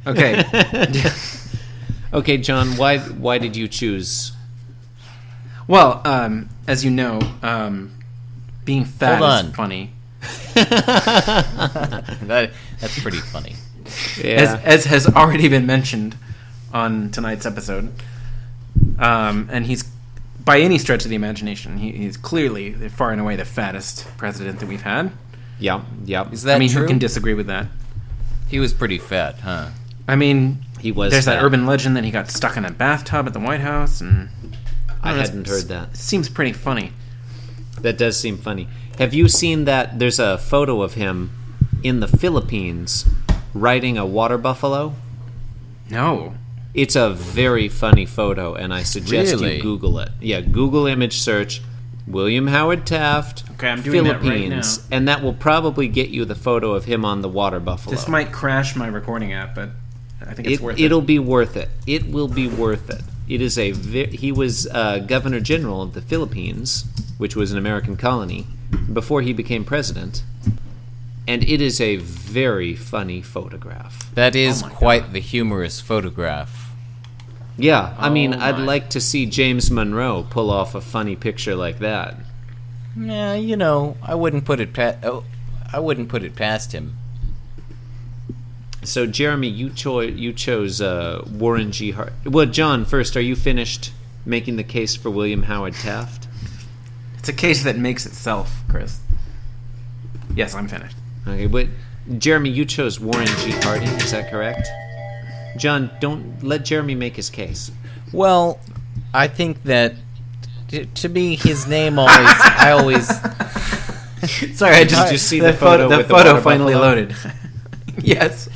F: okay.
D: Okay, John. Why why did you choose?
F: Well, um, as you know, um, being fat
A: Hold
F: is
A: on.
F: funny.
A: That, that's pretty funny.
D: Yeah.
F: as, as has already been mentioned on tonight's episode. Um, and he's, by any stretch of the imagination, he, he's clearly far and away the fattest president that we've had.
D: yeah. Yeah.
A: Is that
F: I mean,
A: true?
F: who can disagree with that?
A: he was pretty fat, huh?
F: I mean,
D: He was.
F: there's that
D: fat.
F: urban legend that he got stuck in a bathtub at the White House, and
D: I
F: Oh, that's-
D: hadn't heard that.
F: it seems pretty funny.
D: That does seem funny. Have you seen that? There's a photo of him in the Philippines riding a water buffalo.
F: No.
D: It's a very funny photo, and I suggest
A: Really?
D: you Google it. Yeah, Google image search William Howard Taft,
F: Okay, I'm doing that right
D: Philippines, and that will probably get you the photo of him on the water buffalo.
F: This might crash my recording app, but I think it's
D: it,
F: worth
D: will be worth it. It will be worth it. It is a ve- he was uh, governor general of the Philippines, which was an American colony, before he became president, and it is a very funny photograph. Oh
A: That is quite the humorous photograph.
D: Yeah, I mean,
F: Oh
D: I'd
F: my.
D: like to see James Monroe pull off a funny picture like that.
A: Yeah, you know, I wouldn't put it past. Oh, I wouldn't put it past him.
D: So, Jeremy, you cho- you chose uh, Warren G. Hart. Well, John, first, are you finished making the case for William Howard Taft?
F: it. It's a case that makes itself, Chris. Yes, I'm finished.
D: Okay, but Jeremy, you chose Warren G. Harding, is that correct? John, don't let Jeremy make his case.
A: Well, I think that t- to me, his name always. I always.
F: Sorry, I just
D: Did you see the photo
F: The
D: with the
F: photo
D: water
F: finally
D: buffalo?
F: loaded. yes.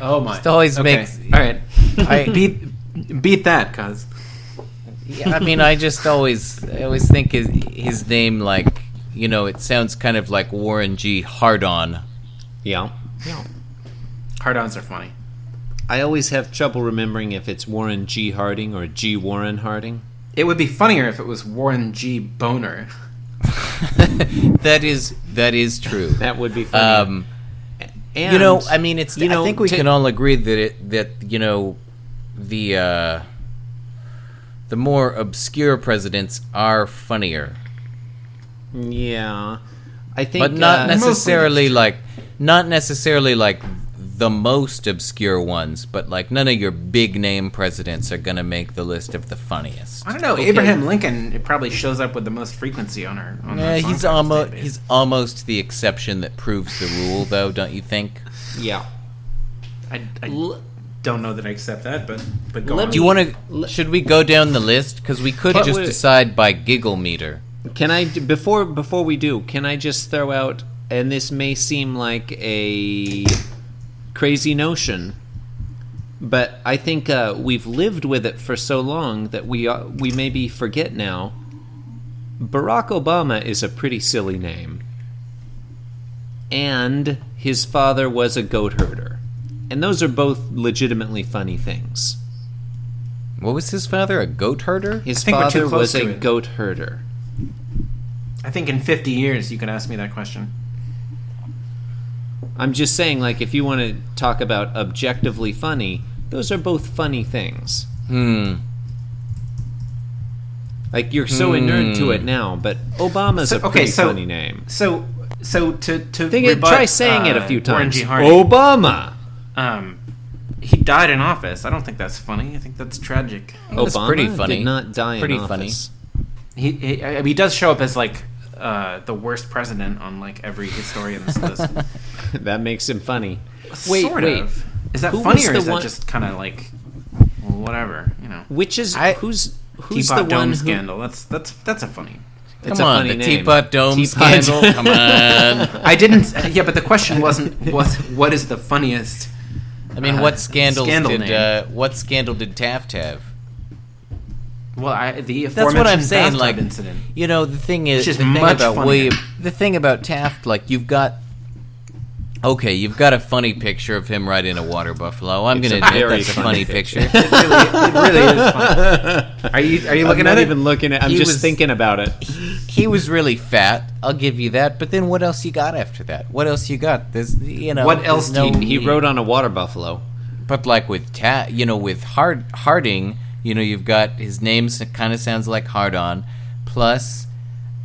F: oh my! It
A: always makes-
F: All right,
A: I-
F: beat beat that, cause
A: Yeah, I mean, I just always, I always think his, his name like, you know, it sounds kind of like Warren G. Hardon.
D: Yeah.
F: hard ons are funny.
D: I always have trouble remembering if it's Warren G. Harding or G. Warren Harding.
F: It would be funnier if it was Warren G. Boner.
A: That is, that is true.
D: That would be funny.
A: Um,
D: and,
A: you know, I mean, it's.
D: you know,
A: I think we
D: to-
A: can all agree that it that you know, the uh, the more obscure presidents are funnier,
D: yeah, I think,
A: but not
D: uh,
A: necessarily like not necessarily like the most obscure ones. But like none of your big name presidents are gonna make the list of the funniest.
F: I don't know. Abraham Lincoln it probably shows up with the most frequency on our. On
A: Yeah,
F: our song
A: he's
F: titles
A: almost
F: database.
A: he's almost the exception that proves the rule, though, don't you think?
D: yeah.
F: I, I,
D: L-
F: don't know that I accept that, but but go
D: Let
F: on.
A: Do you want to? Should we go down the list? Because we could
D: But
A: just
D: wait.
A: decide by giggle meter.
D: Can I before before we do? Can I just throw out? And this may seem like a crazy notion, but I think uh, we've lived with it for so long that we uh, we maybe forget now. Barack Obama is a pretty silly name, and his father was a goat herder, and those are both legitimately funny things.
A: What was his father? A goat herder?
D: His
F: think we're too
D: father
F: close
D: was a
F: to it.
D: goat herder.
F: I think in 50 years you could ask me that question.
D: I'm just saying, like, if you want to talk about objectively funny, those are both funny things.
A: Hmm.
D: Like, you're so inured to it now, but Obama's
F: So-
D: a
F: okay,
D: pretty
F: so-
D: funny name.
F: So so to to
D: Think it,
F: rebut,
D: try saying it
F: uh,
D: a few
F: Warren
D: times.
F: G. Harding,
D: Obama.
F: um, he died in office. I don't think that's funny. I think that's tragic.
A: That's
D: Obama
A: pretty funny.
D: Did not die
A: Pretty
D: in
A: funny.
D: office.
F: He he, I mean, he does show up as like uh, the worst president on like every historian's list.
D: that makes him funny. Wait,
F: sort
D: wait.
F: of. Is that
D: Who
F: funny
D: was
F: or
D: the
F: is
D: one-
F: that just kind of like whatever? You know,
D: Which is
A: I-
D: who's who's
F: teapot
D: the one
F: dome
D: who?
F: scandal. That's that's that's a funny.
D: It's
A: Come
D: a
A: on,
D: funny
A: the
D: name.
A: teapot dome
D: Teapot-
A: scandal. Come on.
F: I didn't. Yeah, but the question wasn't was what is the funniest.
A: I mean,
F: Uh,
A: what scandals
F: scandal
A: did
F: name.
A: uh, what scandal did Taft have?
F: Well, I, the
A: That's what I'm
F: aforementioned
A: saying.
F: bathtub
A: Like,
F: incident.
A: you know, the thing is,
F: Which is
A: the thing
F: much
A: about
F: funnier.
A: William, the thing about Taft, like you've got. Okay, you've got a funny picture of him riding a water buffalo. I'm
D: It's
A: going
D: a
A: to admit
D: very
A: that's a funny
D: funny
A: picture.
F: It really is funny. Are you are you
D: I'm
F: looking
D: not
F: at
D: even
F: it?
D: looking at. I'm
A: He
D: just
A: was-
D: thinking about it.
A: he was really fat. I'll give you that. But then what else you got after that? What else you got? There's you know
F: What
A: Um, there's
F: else
A: no,
F: did
D: He rode on a water buffalo.
A: But like with ta- you know with Hard Harding, you know you've got his name kind of sounds like Hard On. Plus,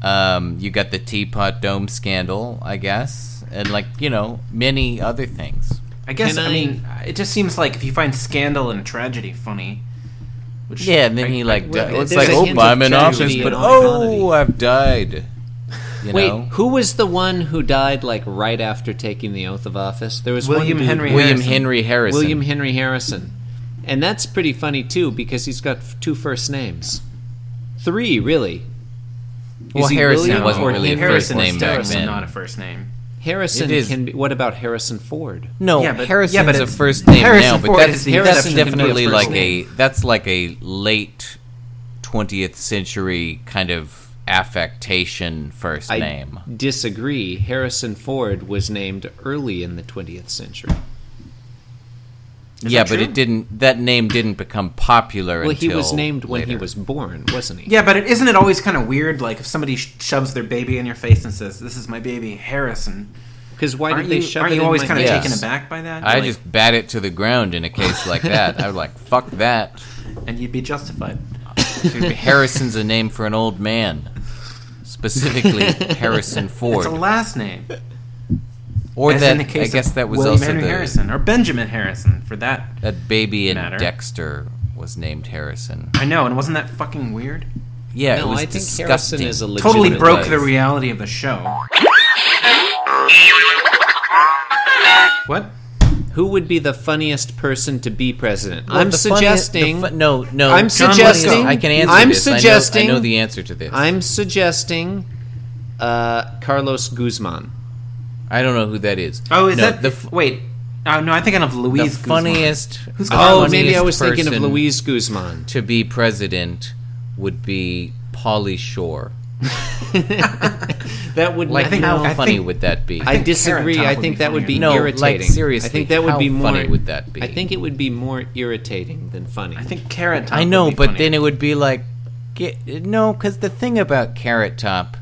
A: um, you got the Teapot Dome scandal, I guess, and like you know many other things.
F: I guess
D: Can
F: I,
D: I-
F: mean it just seems like if you find scandal and tragedy funny, which
A: Yeah, and then he like
D: well,
A: di- it's
D: there's
A: like
D: a
A: oh
D: hint of
A: I'm in office,
D: tragedy
A: but
D: and
A: oh I've died. You
D: Wait,
A: know?
D: who was the one who died like right after taking the oath of office? There was one
F: William
D: dude-
F: Henry
A: William
F: Harrison.
A: Henry Harrison.
D: William Henry Harrison, and that's pretty funny too because he's got f- two first names, three really.
A: well,
D: he
A: Harrison
D: William
A: wasn't
D: or
A: really a first
F: Harrison
A: name
F: is
A: back
F: Harrison,
A: then.
F: not a first name.
D: Harrison
A: It is-
D: can be. What about Harrison Ford?
A: No,
F: Yeah, but-
A: Harrison's
F: yeah, but
A: a
F: it's-
A: first name
F: Harrison
A: now, but
F: Ford
A: that's,
F: is the-
A: that's
F: Harrison can be a
A: definitely
F: first
A: like
F: name.
A: a that's like a late twentieth century kind of affectation first
D: I
A: name.
D: disagree. Harrison Ford was named early in the 20th century.
A: Yeah,
F: that
A: but
F: true?
A: it didn't. That name didn't become popular
D: Well,
A: until
D: he was named when he
A: later.
D: was born, wasn't he?
F: Yeah, but it, isn't it always kind of weird? Like if somebody sh- shoves their baby in your face and says, "This is my baby, Harrison,"
D: Because why
F: aren't
D: did they
F: you,
D: shove
F: aren't
D: it
F: you
D: in
F: always
D: my
F: kind of
A: face?
F: taken
A: Yeah.
F: aback by that?
A: I
F: Like,
A: just bat it to the ground in a case like that. I was like, "Fuck that."
F: and you'd be justified.
A: Dude, Harrison's a name for an old man, specifically Harrison
F: It's
A: Ford,
F: a last name.
A: or
F: As
A: that
F: in the
A: I
F: case
A: guess
F: of
A: that was
F: William
A: also
F: Henry
A: the,
F: Harrison or Benjamin Harrison for that.
A: that baby in
F: Matter.
A: Dexter was named Harrison.
F: I know, and wasn't that fucking weird?
A: Yeah, it
D: No,
A: was
D: I think
A: disgusting.
D: Harrison is a
F: Totally
D: legitimate
F: broke
A: life.
F: the reality of the show. What?
D: Who would be the funniest person to be president?
A: Well,
D: I'm
A: the funny-
D: suggesting.
A: the fu- no, no.
D: I'm
A: John,
D: suggesting-
A: let's go. I can answer.
D: I'm
A: this. I know- I
D: suggesting-
A: know, the answer to this. I'm.
D: I'm suggesting uh, Carlos Guzman.
A: I don't know who that is.
F: Oh, is
A: No,
F: that
A: the,
F: the?
A: f-
F: wait, oh, no, I'm thinking of
A: the
F: Louise. Guzman.
A: funniest?
F: Who's
A: the
F: Guzman?
D: Oh,
A: funniest
D: maybe I was thinking of
A: person
D: Louise Guzman.
A: to be president would be Polly Shore.
D: That would
A: Like,
D: I think,
A: how
F: I
A: funny
F: think-
A: would that be?
D: I
F: think
D: disagree.
F: Carrot Top
D: I
F: would
D: think
F: be
D: that would
A: funnier.
D: be
A: No, like,
D: irritating.
A: seriously,
D: I think that would
A: how
D: be more
A: funny would that be?
D: I think it would be more irritating than funny.
F: I think Carrot Top.
A: I know,
F: would be
A: but
F: funny.
A: then it would be like, get, no, because the thing about Carrot Top,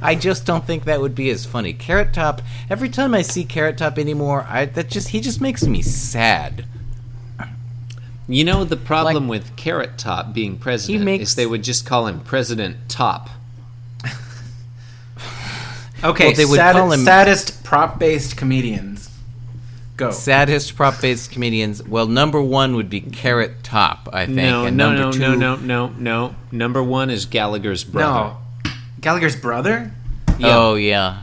A: I just don't think that would be as funny. Carrot Top, every time I see Carrot Top anymore, I that just he just makes me sad.
D: you know the problem with Carrot Top being president
A: makes-
D: is they would just call him President Top.
F: Okay,
A: Well, they would
F: sad-
A: call him-
F: saddest prop-based comedians. Go.
A: Saddest prop-based comedians. Well, number one would be Carrot Top, I think.
D: No,
A: and
D: no,
A: number
D: no,
A: two,
D: no, no, no, no. Number one is Gallagher's brother.
F: no, Gallagher's brother.
A: Oh yeah,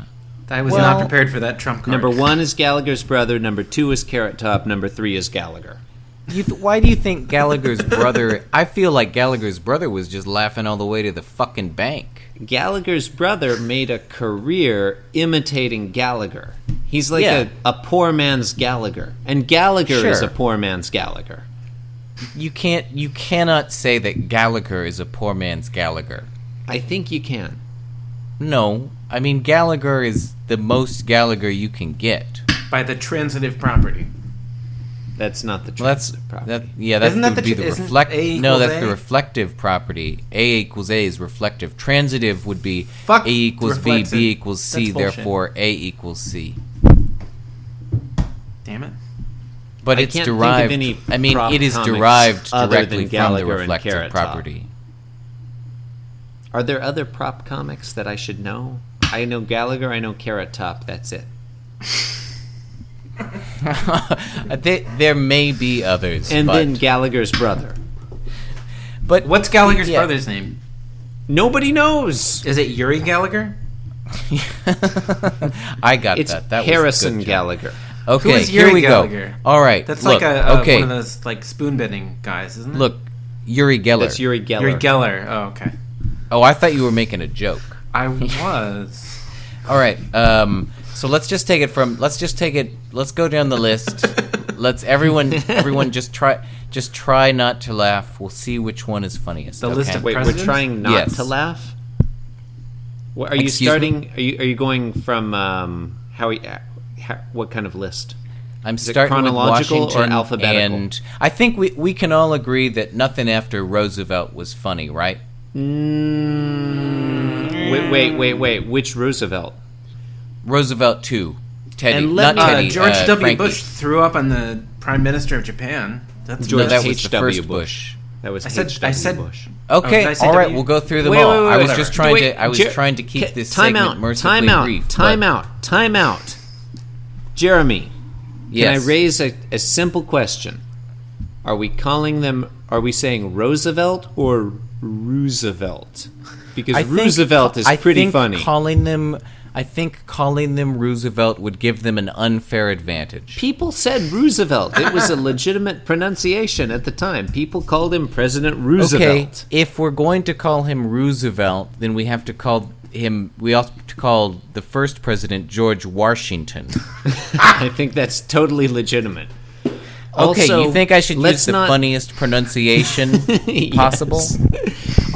F: I was
A: Well-
F: not prepared for that trump card.
D: Number one is Gallagher's brother. Number two is Carrot Top. Number three is Gallagher.
A: You th- why do you think Gallagher's brother? I feel like Gallagher's brother was just laughing all the way to the fucking bank.
D: Gallagher's brother made a career imitating Gallagher. He's like
A: Yeah.
D: a, a poor man's Gallagher. And Gallagher is
A: Sure.
D: a poor man's Gallagher.
A: You can't. You cannot say that Gallagher is a poor man's Gallagher.
D: I think you can.
A: No, I mean Gallagher is the most Gallagher you can get.
F: by the transitive property.
D: That's not the truth.
A: Well, that's that. Yeah, that's
F: Isn't
A: would
F: that the
A: be
F: tr-
A: the
F: isn't
A: reflect.
F: A
A: No,
F: equals
A: that's the
F: A?
A: reflective property. A equals A is reflective. Transitive would be
F: Fuck
A: A equals B,
F: reflexive.
A: B equals C.
F: That's bullshit.
A: Therefore, A equals C.
F: Damn it.
A: But
D: I
A: it's
D: can't think of
A: derived.
D: any
A: I mean,
D: prop
A: it is
D: comics
A: derived
D: other than
A: directly from the
D: Gallagher and
A: reflective
D: Carrot Top.
A: property.
D: Are there other prop comics that I should know? I know Gallagher, I know Carrot Top. That's it.
A: there, there may be others,
D: And
A: but,
D: then Gallagher's brother.
A: but
F: What's Gallagher's
A: Yeah.
F: brother's name?
D: Nobody knows.
F: Is it Yuri Gallagher?
A: I got
D: It's
A: that. That
D: Harrison
A: was good, John.
D: Gallagher.
A: Okay,
F: is
A: here
F: Yuri
A: we
F: Gallagher?
A: go. All right,
F: That's
A: look,
F: like a, a
A: okay.
F: one of those like spoon betting guys, isn't it?
A: Look, Yuri Geller.
D: That's Yuri Geller.
F: Yuri Geller. Oh, okay.
A: oh, I thought you were making a joke.
F: I was.
A: All right. Um, so let's just take it from. Let's just take it. Let's go down the list. let's everyone. Everyone just try. Just try not to laugh. We'll see which one is funniest.
F: The list of
D: Wait,
F: Presidents?
D: we're trying not
A: Yes.
D: to laugh. What, are you
A: Excuse
D: starting? Are you are you going from um, how, we- uh, how? What kind of list?
A: I'm
D: it
A: starting
D: chronological or
A: with Washington
D: alphabetical?
A: and I think we we can all agree that nothing after Roosevelt was funny, right?
D: Wait, wait, wait, wait. Which Roosevelt?
A: Roosevelt too. Teddy,
D: And let
A: not
D: me-
F: Uh,
A: Teddy,
F: George
A: uh,
F: W.
A: Frankie.
F: Bush threw up on the Prime Minister of Japan. That's
A: No,
D: George
A: that was the
D: H.W.
A: first Bush.
D: That was
F: I said-
D: H.W.
F: I said-
D: Bush.
A: Okay,
F: Oh, did I say
A: all right,
F: W?
A: we'll go through them
D: Wait,
A: all.
D: wait, wait,
A: I was
D: whatever.
A: just trying
D: Wait,
A: to. I was
D: Jer-
A: trying to keep
D: Ca-
A: this
D: time
A: segment
D: out.
A: mercifully
D: time out.
A: brief.
D: time
A: but-
D: out. Time out. Jeremy,
A: Yes.
D: can I raise a, a simple question? Are we calling them? Are we saying Roosevelt or Roosevelt? Because
A: I think-
D: Roosevelt is
A: I
D: pretty
A: think
D: funny.
A: Calling them, I think calling them Roosevelt would give them an unfair advantage.
D: People said Roosevelt. It was a legitimate pronunciation at the time. People called him President Roosevelt.
A: Okay, if we're going to call him Roosevelt, then we have to call him. We also have to call the first president George Washington.
D: I think that's totally legitimate.
A: Okay,
D: Also,
A: you think I should
D: let's
A: use the
D: not-
A: funniest pronunciation possible,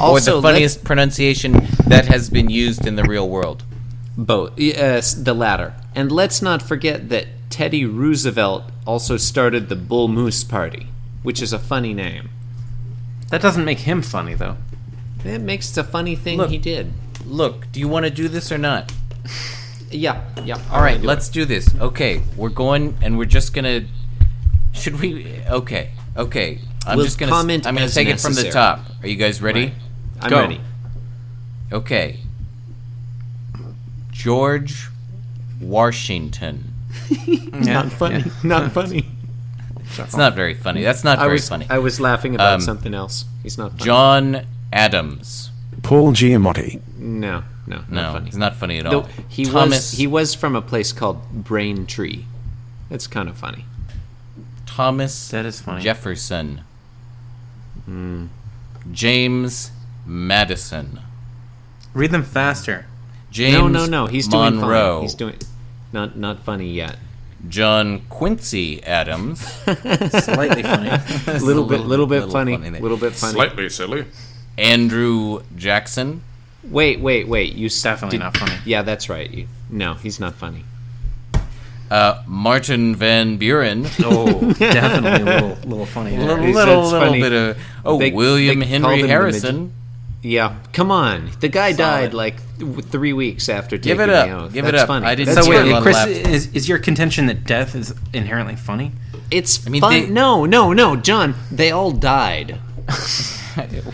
D: Also,
A: or the
D: let's-
A: funniest pronunciation that has been used in the real world?
D: Both. Yes, uh, the latter. And let's not forget that Teddy Roosevelt also started the Bull Moose Party, which is a funny name.
F: That doesn't make him funny though.
D: That makes it a funny thing
A: Look.
D: he did.
A: Look, do you want to do this or not?
D: Yeah, yeah.
A: All right, let's do this. Okay, we're going, and we're just gonna. Should we? Okay, okay. I'm
D: We'll
A: just gonna.
D: comment
A: I'm gonna
D: as
A: take it from
D: necessary.
A: the top. Are you guys ready?
D: I'm
A: go.
D: ready.
A: Okay. George Washington.
F: Yeah.
D: Funny, not funny.
A: It's not very funny. That's not
D: I
A: very
D: was
A: funny.
D: I was laughing about
A: Um,
D: something else. He's not funny.
A: John Adams.
I: Paul Giamatti.
D: No, no, not
A: No,
D: funny.
A: it's not funny at all.
D: Though he
A: Thomas
D: was he was from a place called Braintree. That's kind of funny.
A: Thomas
F: That is funny.
A: Jefferson.
D: Hmm.
A: James Madison.
F: Read them faster.
A: James
D: no, no, no. He's doing
A: Monroe.
D: fine. He's doing not not funny yet.
A: John Quincy Adams.
F: Slightly funny.
A: That's
D: Little, bit, little bit funny,
A: there.
D: little bit funny.
E: Slightly silly.
A: Andrew Jackson.
D: Wait, wait, wait. You s-
F: Definitely
D: did-
F: not funny.
D: Yeah, that's right. You, no, he's not funny.
A: Uh, Martin Van Buren.
F: Oh, definitely a little, little funny.
A: A
F: There.
A: little,
D: It's-
A: little,
D: it's
A: little
D: funny.
A: bit of. Oh,
D: They-
A: William
D: they called him
A: Henry
D: the
A: Harrison.
D: Yeah, come on. The guy died like th- three weeks after taking
A: Give it up.
D: the oath.
A: Give it
D: that's
A: up.
D: Funny.
A: I didn't
D: That's
F: So
A: see
D: funny.
A: it.
F: wait,
A: Little
F: Chris,
A: laugh.
F: is, is your contention that death is inherently funny?
D: It's
A: mean,
D: fun.
A: they-
D: no, no, no, John. They all died.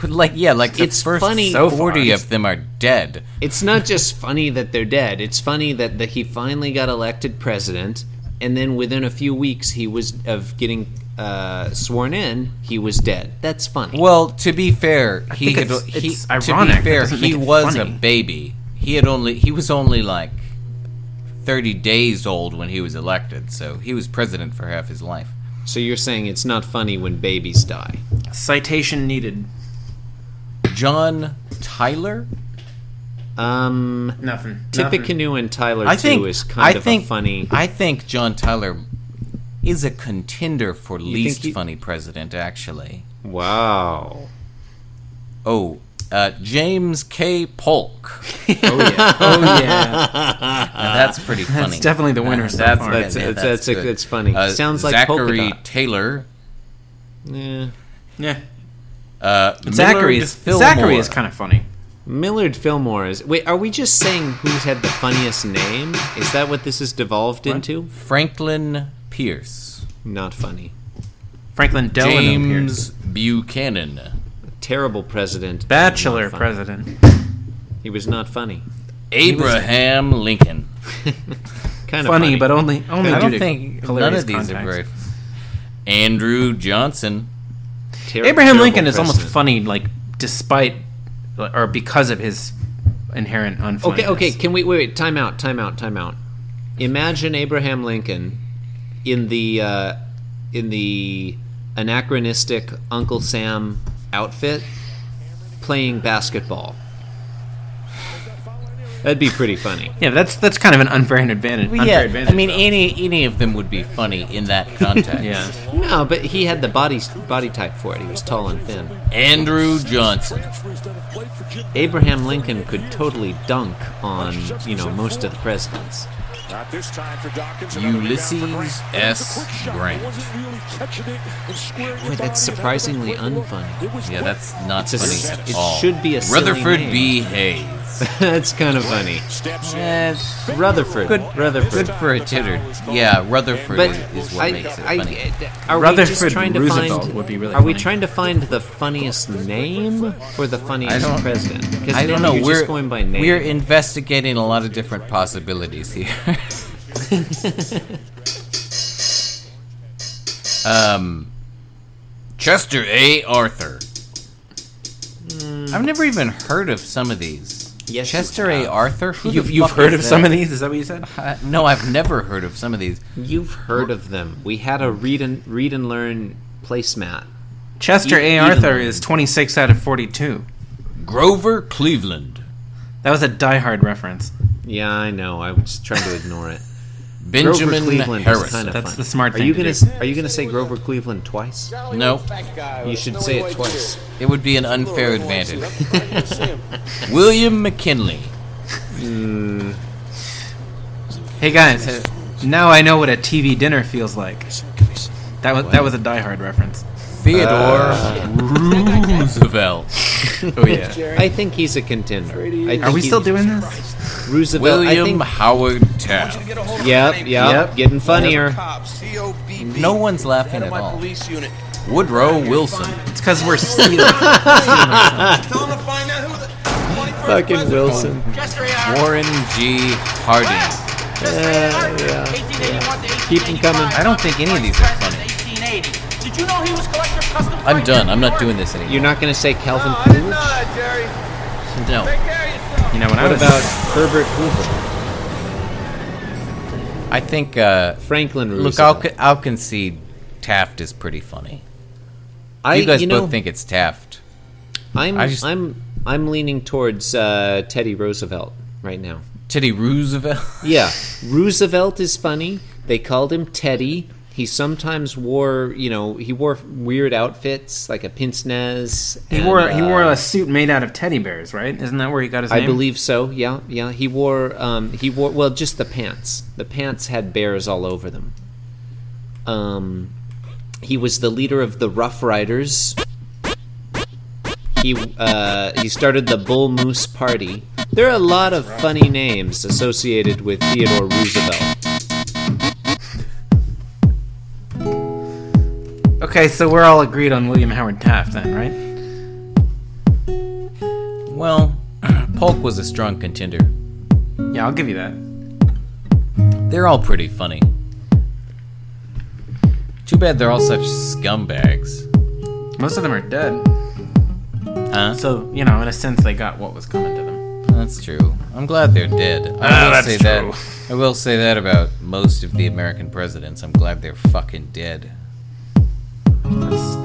A: Like yeah, like the
D: It's
A: first
D: funny-
A: so
D: so
A: forty
D: far.
A: of them are dead.
D: It's not just funny that they're dead. It's funny that, that he finally got elected president, and then within a few weeks he was of getting uh, sworn in, he was dead. That's funny.
A: Well, to be fair, he
F: think
A: had
F: it's-
A: he,
F: it's
A: to
F: ironic.
A: be
F: That
A: fair,
F: doesn't
A: he
F: make it
A: was
F: funny.
A: a baby. He had only he was only like 30 days old when he was elected, so he was president for half his life.
D: So you're saying it's not funny when babies die?
F: Citation needed.
A: John Tyler?
D: Um,
F: Nothing. Nothing.
D: Tippecanoe and Tyler
A: I
D: too
A: think
D: is kind
A: I
D: of
A: think
D: a funny.
A: I think John Tyler is a contender for least
D: he-
A: funny president actually.
D: wow.
A: Oh, uh, James K. Polk.
F: Oh yeah. Oh yeah.
A: Now, that's pretty funny.
F: That's definitely the winner so
A: that's
F: far.
A: that's,
D: That's- that's- that's a-
A: good. Uh,
D: that's funny. Sounds like polka
A: Zachary
D: dot.
A: Taylor.
D: Yeah.
F: Yeah.
A: Uh,
F: Zachary
A: Millard
F: is
A: Fillmore.
F: Zachary is kind of funny.
D: Millard Fillmore is. Wait, are we just saying who's had the funniest name? Is that what this has devolved into?
A: Franklin Pierce.
D: Not funny.
F: Franklin Delano Pierce.
A: James Buchanan.
D: Terrible president.
F: Bachelor
D: Not funny.
F: president.
D: He was not funny.
A: Abraham Lincoln.
D: Kind of
F: Funny, but only only
A: I
F: due
A: don't
F: to
A: think none
F: hilarious
A: of these are
F: contacts.
A: very. Andrew Johnson.
D: Ter-
F: Abraham
D: terrible
F: Lincoln is almost
D: president.
F: funny, like despite or because of his inherent unfunniness.
D: Okay, okay. Can we wait? Wait. Time out. Time out. Time out. Imagine Abraham Lincoln in the uh, in the anachronistic Uncle Sam outfit playing basketball. That'd be pretty funny.
F: Yeah, but that's that's kind of an unfair advantage. Unfair advantage
A: I mean,
F: though.
A: any any of them would be funny in that context.
F: yeah.
D: No, but he had the body body type for it. He was tall and thin.
A: Andrew Johnson.
D: Abraham Lincoln could totally dunk on you know most of the presidents.
A: Ulysses S. Grant.
D: Boy, that's surprisingly unfunny.
A: Yeah, that's not
D: It's a
A: funny
D: s-
A: at
D: it
A: all.
D: should be a silly
A: Rutherford
D: name.
A: B. Hayes.
D: that's kind of funny. Rutherford. Rutherford.
A: Good for a titter. Yeah, Rutherford
D: But
A: is, is what
D: I,
A: makes it
D: I,
A: funny.
D: are we just
F: Rutherford
D: trying to
F: Roosevelt
D: find?
F: would be really
D: are we
F: funny.
D: trying to find the funniest name or the funniest
A: don't-
D: president? 'Cause
A: I don't
D: now
A: know.
D: You're
A: We're
D: just going by name.
A: we're investigating a lot of different possibilities here. um, Chester A. Arthur. I've never even heard of some of these.
D: Yes, you
A: Chester A. Arthur. Who the
F: You've, you've
A: fuck
F: heard
A: is
F: of
A: that?
F: some of these? Is that what you said?
A: Uh, no, I've never heard of some of these.
D: You've heard of them. We had a read and read and learn placemat.
F: Chester
D: E-
F: A.
D: even
F: Arthur
D: then.
F: is 26 out of 42.
A: Grover Cleveland.
F: That was a Die Hard reference.
D: Yeah, I know. I was trying to ignore it.
A: Benjamin
D: Grover Cleveland
A: Harris.
D: is kind of
F: That's
D: funny.
F: the smart
D: Are
F: thing
D: you
F: to
D: gonna
F: do.
D: Are you gonna say Grover Cleveland twice?
A: no,
D: You should say it twice.
A: it would be an unfair advantage. William McKinley.
F: Hey guys, uh, now I know what a TV dinner feels like. That was that was a Die Hard reference.
A: Theodore Roosevelt.
F: Oh yeah.
D: I think he's a contender. I think
F: Are we
D: he-
F: still doing this?
D: Roosevelt? I
A: William
D: think,
A: Howard Taft.
D: yep, yep,
F: Yep.
D: Getting funnier.
A: No one's laughing at all. Woodrow Wilson.
F: It's because we're stealing.
D: Fucking Wilson.
A: Warren G. Harding.
D: Keep 'em coming.
A: I don't think any of these are funny.
I: Did you know he was collector of custom
A: I'm done. I'm not doing this anymore.
D: You're not gonna say Calvin Coolidge.
A: No.
F: You know when I
D: What
F: was
D: about Herbert Hoover?
A: I think, uh,
D: Franklin
A: look,
D: Roosevelt.
A: I'll, co- I'll concede Taft is pretty funny.
D: I,
A: You guys
D: know,
A: both think it's Taft.
D: I'm
A: I just-
D: I'm I'm leaning towards uh, Teddy Roosevelt right now.
A: Teddy Roosevelt.
D: Yeah, Roosevelt is funny. They called him Teddy. He sometimes wore, you know, he wore weird outfits like a pince nez.
F: he
D: and,
F: wore he
D: uh,
F: wore a suit made out of teddy bears, right? Isn't that where he got his name?
D: I believe so. Yeah, yeah. He wore um he wore well just the pants. The pants had bears all over them. Um he was the leader of the Rough Riders. He uh he started the Bull Moose Party. There are a lot of funny names associated with Theodore Roosevelt.
F: Okay, so we're all agreed on William Howard Taft then, right?
A: Well, Polk was a strong contender.
F: Yeah, I'll give you that.
A: They're all pretty funny. Too bad they're all such scumbags.
F: Most of them are dead.
A: Huh?
F: So, you know, in a sense they got what was coming to them.
A: Uh, That's true. I'm glad they're dead. I will
F: Ah, that's
A: say
F: true.
A: that. I will say that about most of the American presidents. I'm glad they're fucking dead.
F: That's,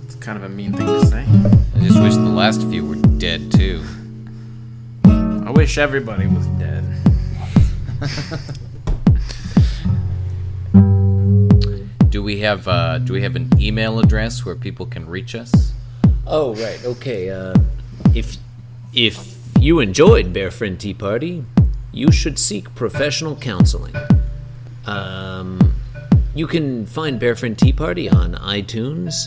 F: that's kind of a mean thing to say.
A: I just wish the last few were dead too.
F: I wish everybody was dead.
A: Do we have uh, Do we have an email address where people can reach us?
D: Oh right, okay. Uh, if if you enjoyed Bear Friend Tea Party, you should seek professional counseling. Um, you can find Bear Friend Tea Party on iTunes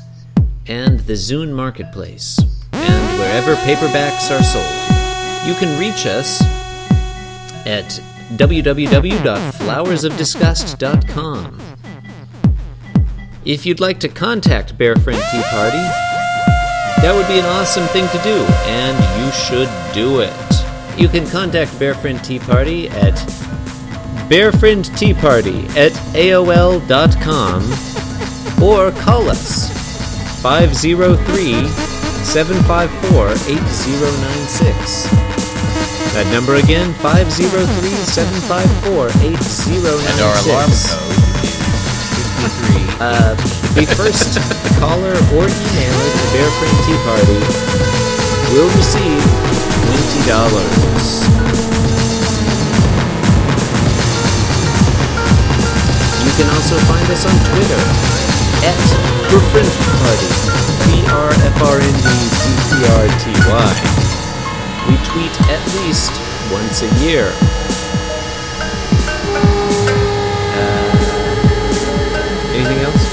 D: and the Zune Marketplace, and wherever paperbacks are sold. You can reach us at www.flowersofdisgust.com. If you'd like to contact Bear Friend Tea Party, that would be an awesome thing to do, and you should do it. You can contact Bear Friend Tea Party at bearfriendteaparty at AOL.com or call us 503 754 8096. That number again, 503 754 8096.
A: And our alarm code is fifty three.
D: The first caller or email at the Bear Friend Tea Party will receive twenty dollars. You can also find us on Twitter at Bear Friend Party. B R F R N D C P R T Y. We tweet at least once a year. Uh, anything else?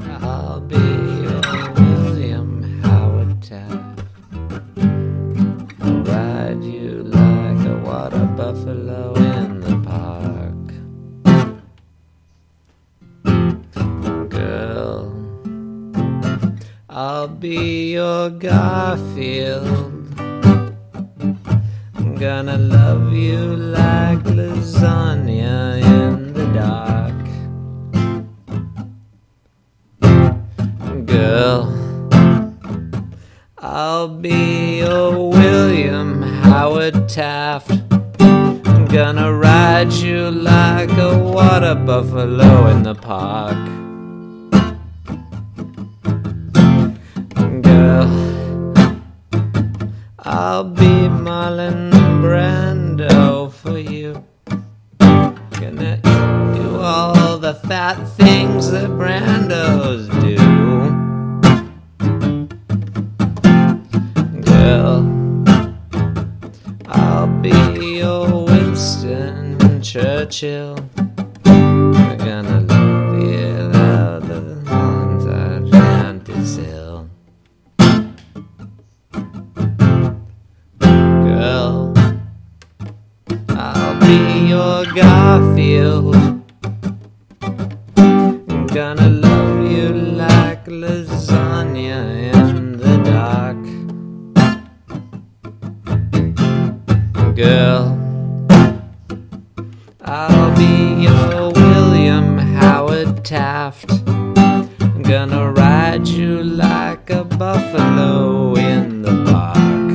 D: I'll be your William Howard Taft. Ride you like a water buffalo in the park. Girl, I'll be your Garfield. Gonna love you like lasagna in the dark. girl. I'll be your William Howard Taft. I'm gonna ride you like a water buffalo in the park. Girl, I'll be Marlon Brando for you. Gonna do all the fat things that Brandos do. chill. We're gonna love it out of the arms around this hill. Girl, I'll be your Garfield. I'm gonna love you like lasagna in the dark. Girl, I'll be your William Howard Taft. I'm gonna ride you like a buffalo in the park.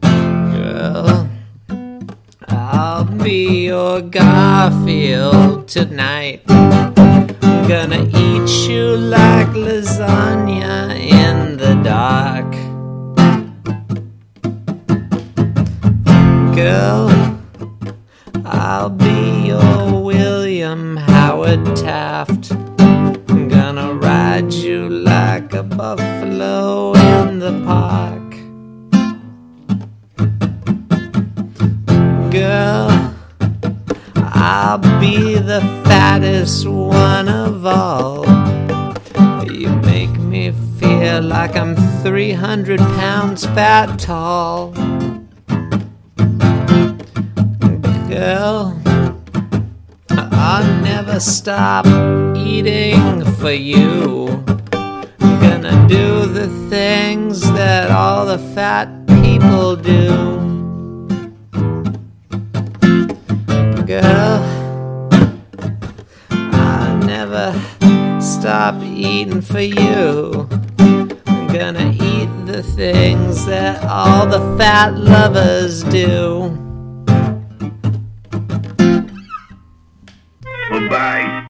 D: Girl, I'll be your Garfield tonight. I'm gonna eat you like lasagna in the dark. Girl, I'll be your William Howard Taft. I'm gonna ride you like a buffalo in the park. girl. I'll be the fattest one of all. You make me feel like I'm 300 pounds fat tall. Girl, I'll never stop eating for you. I'm gonna do the things that all the fat people do. girl. I never stop eating for you. I'm gonna eat the things that all the fat lovers do.
J: Goodbye.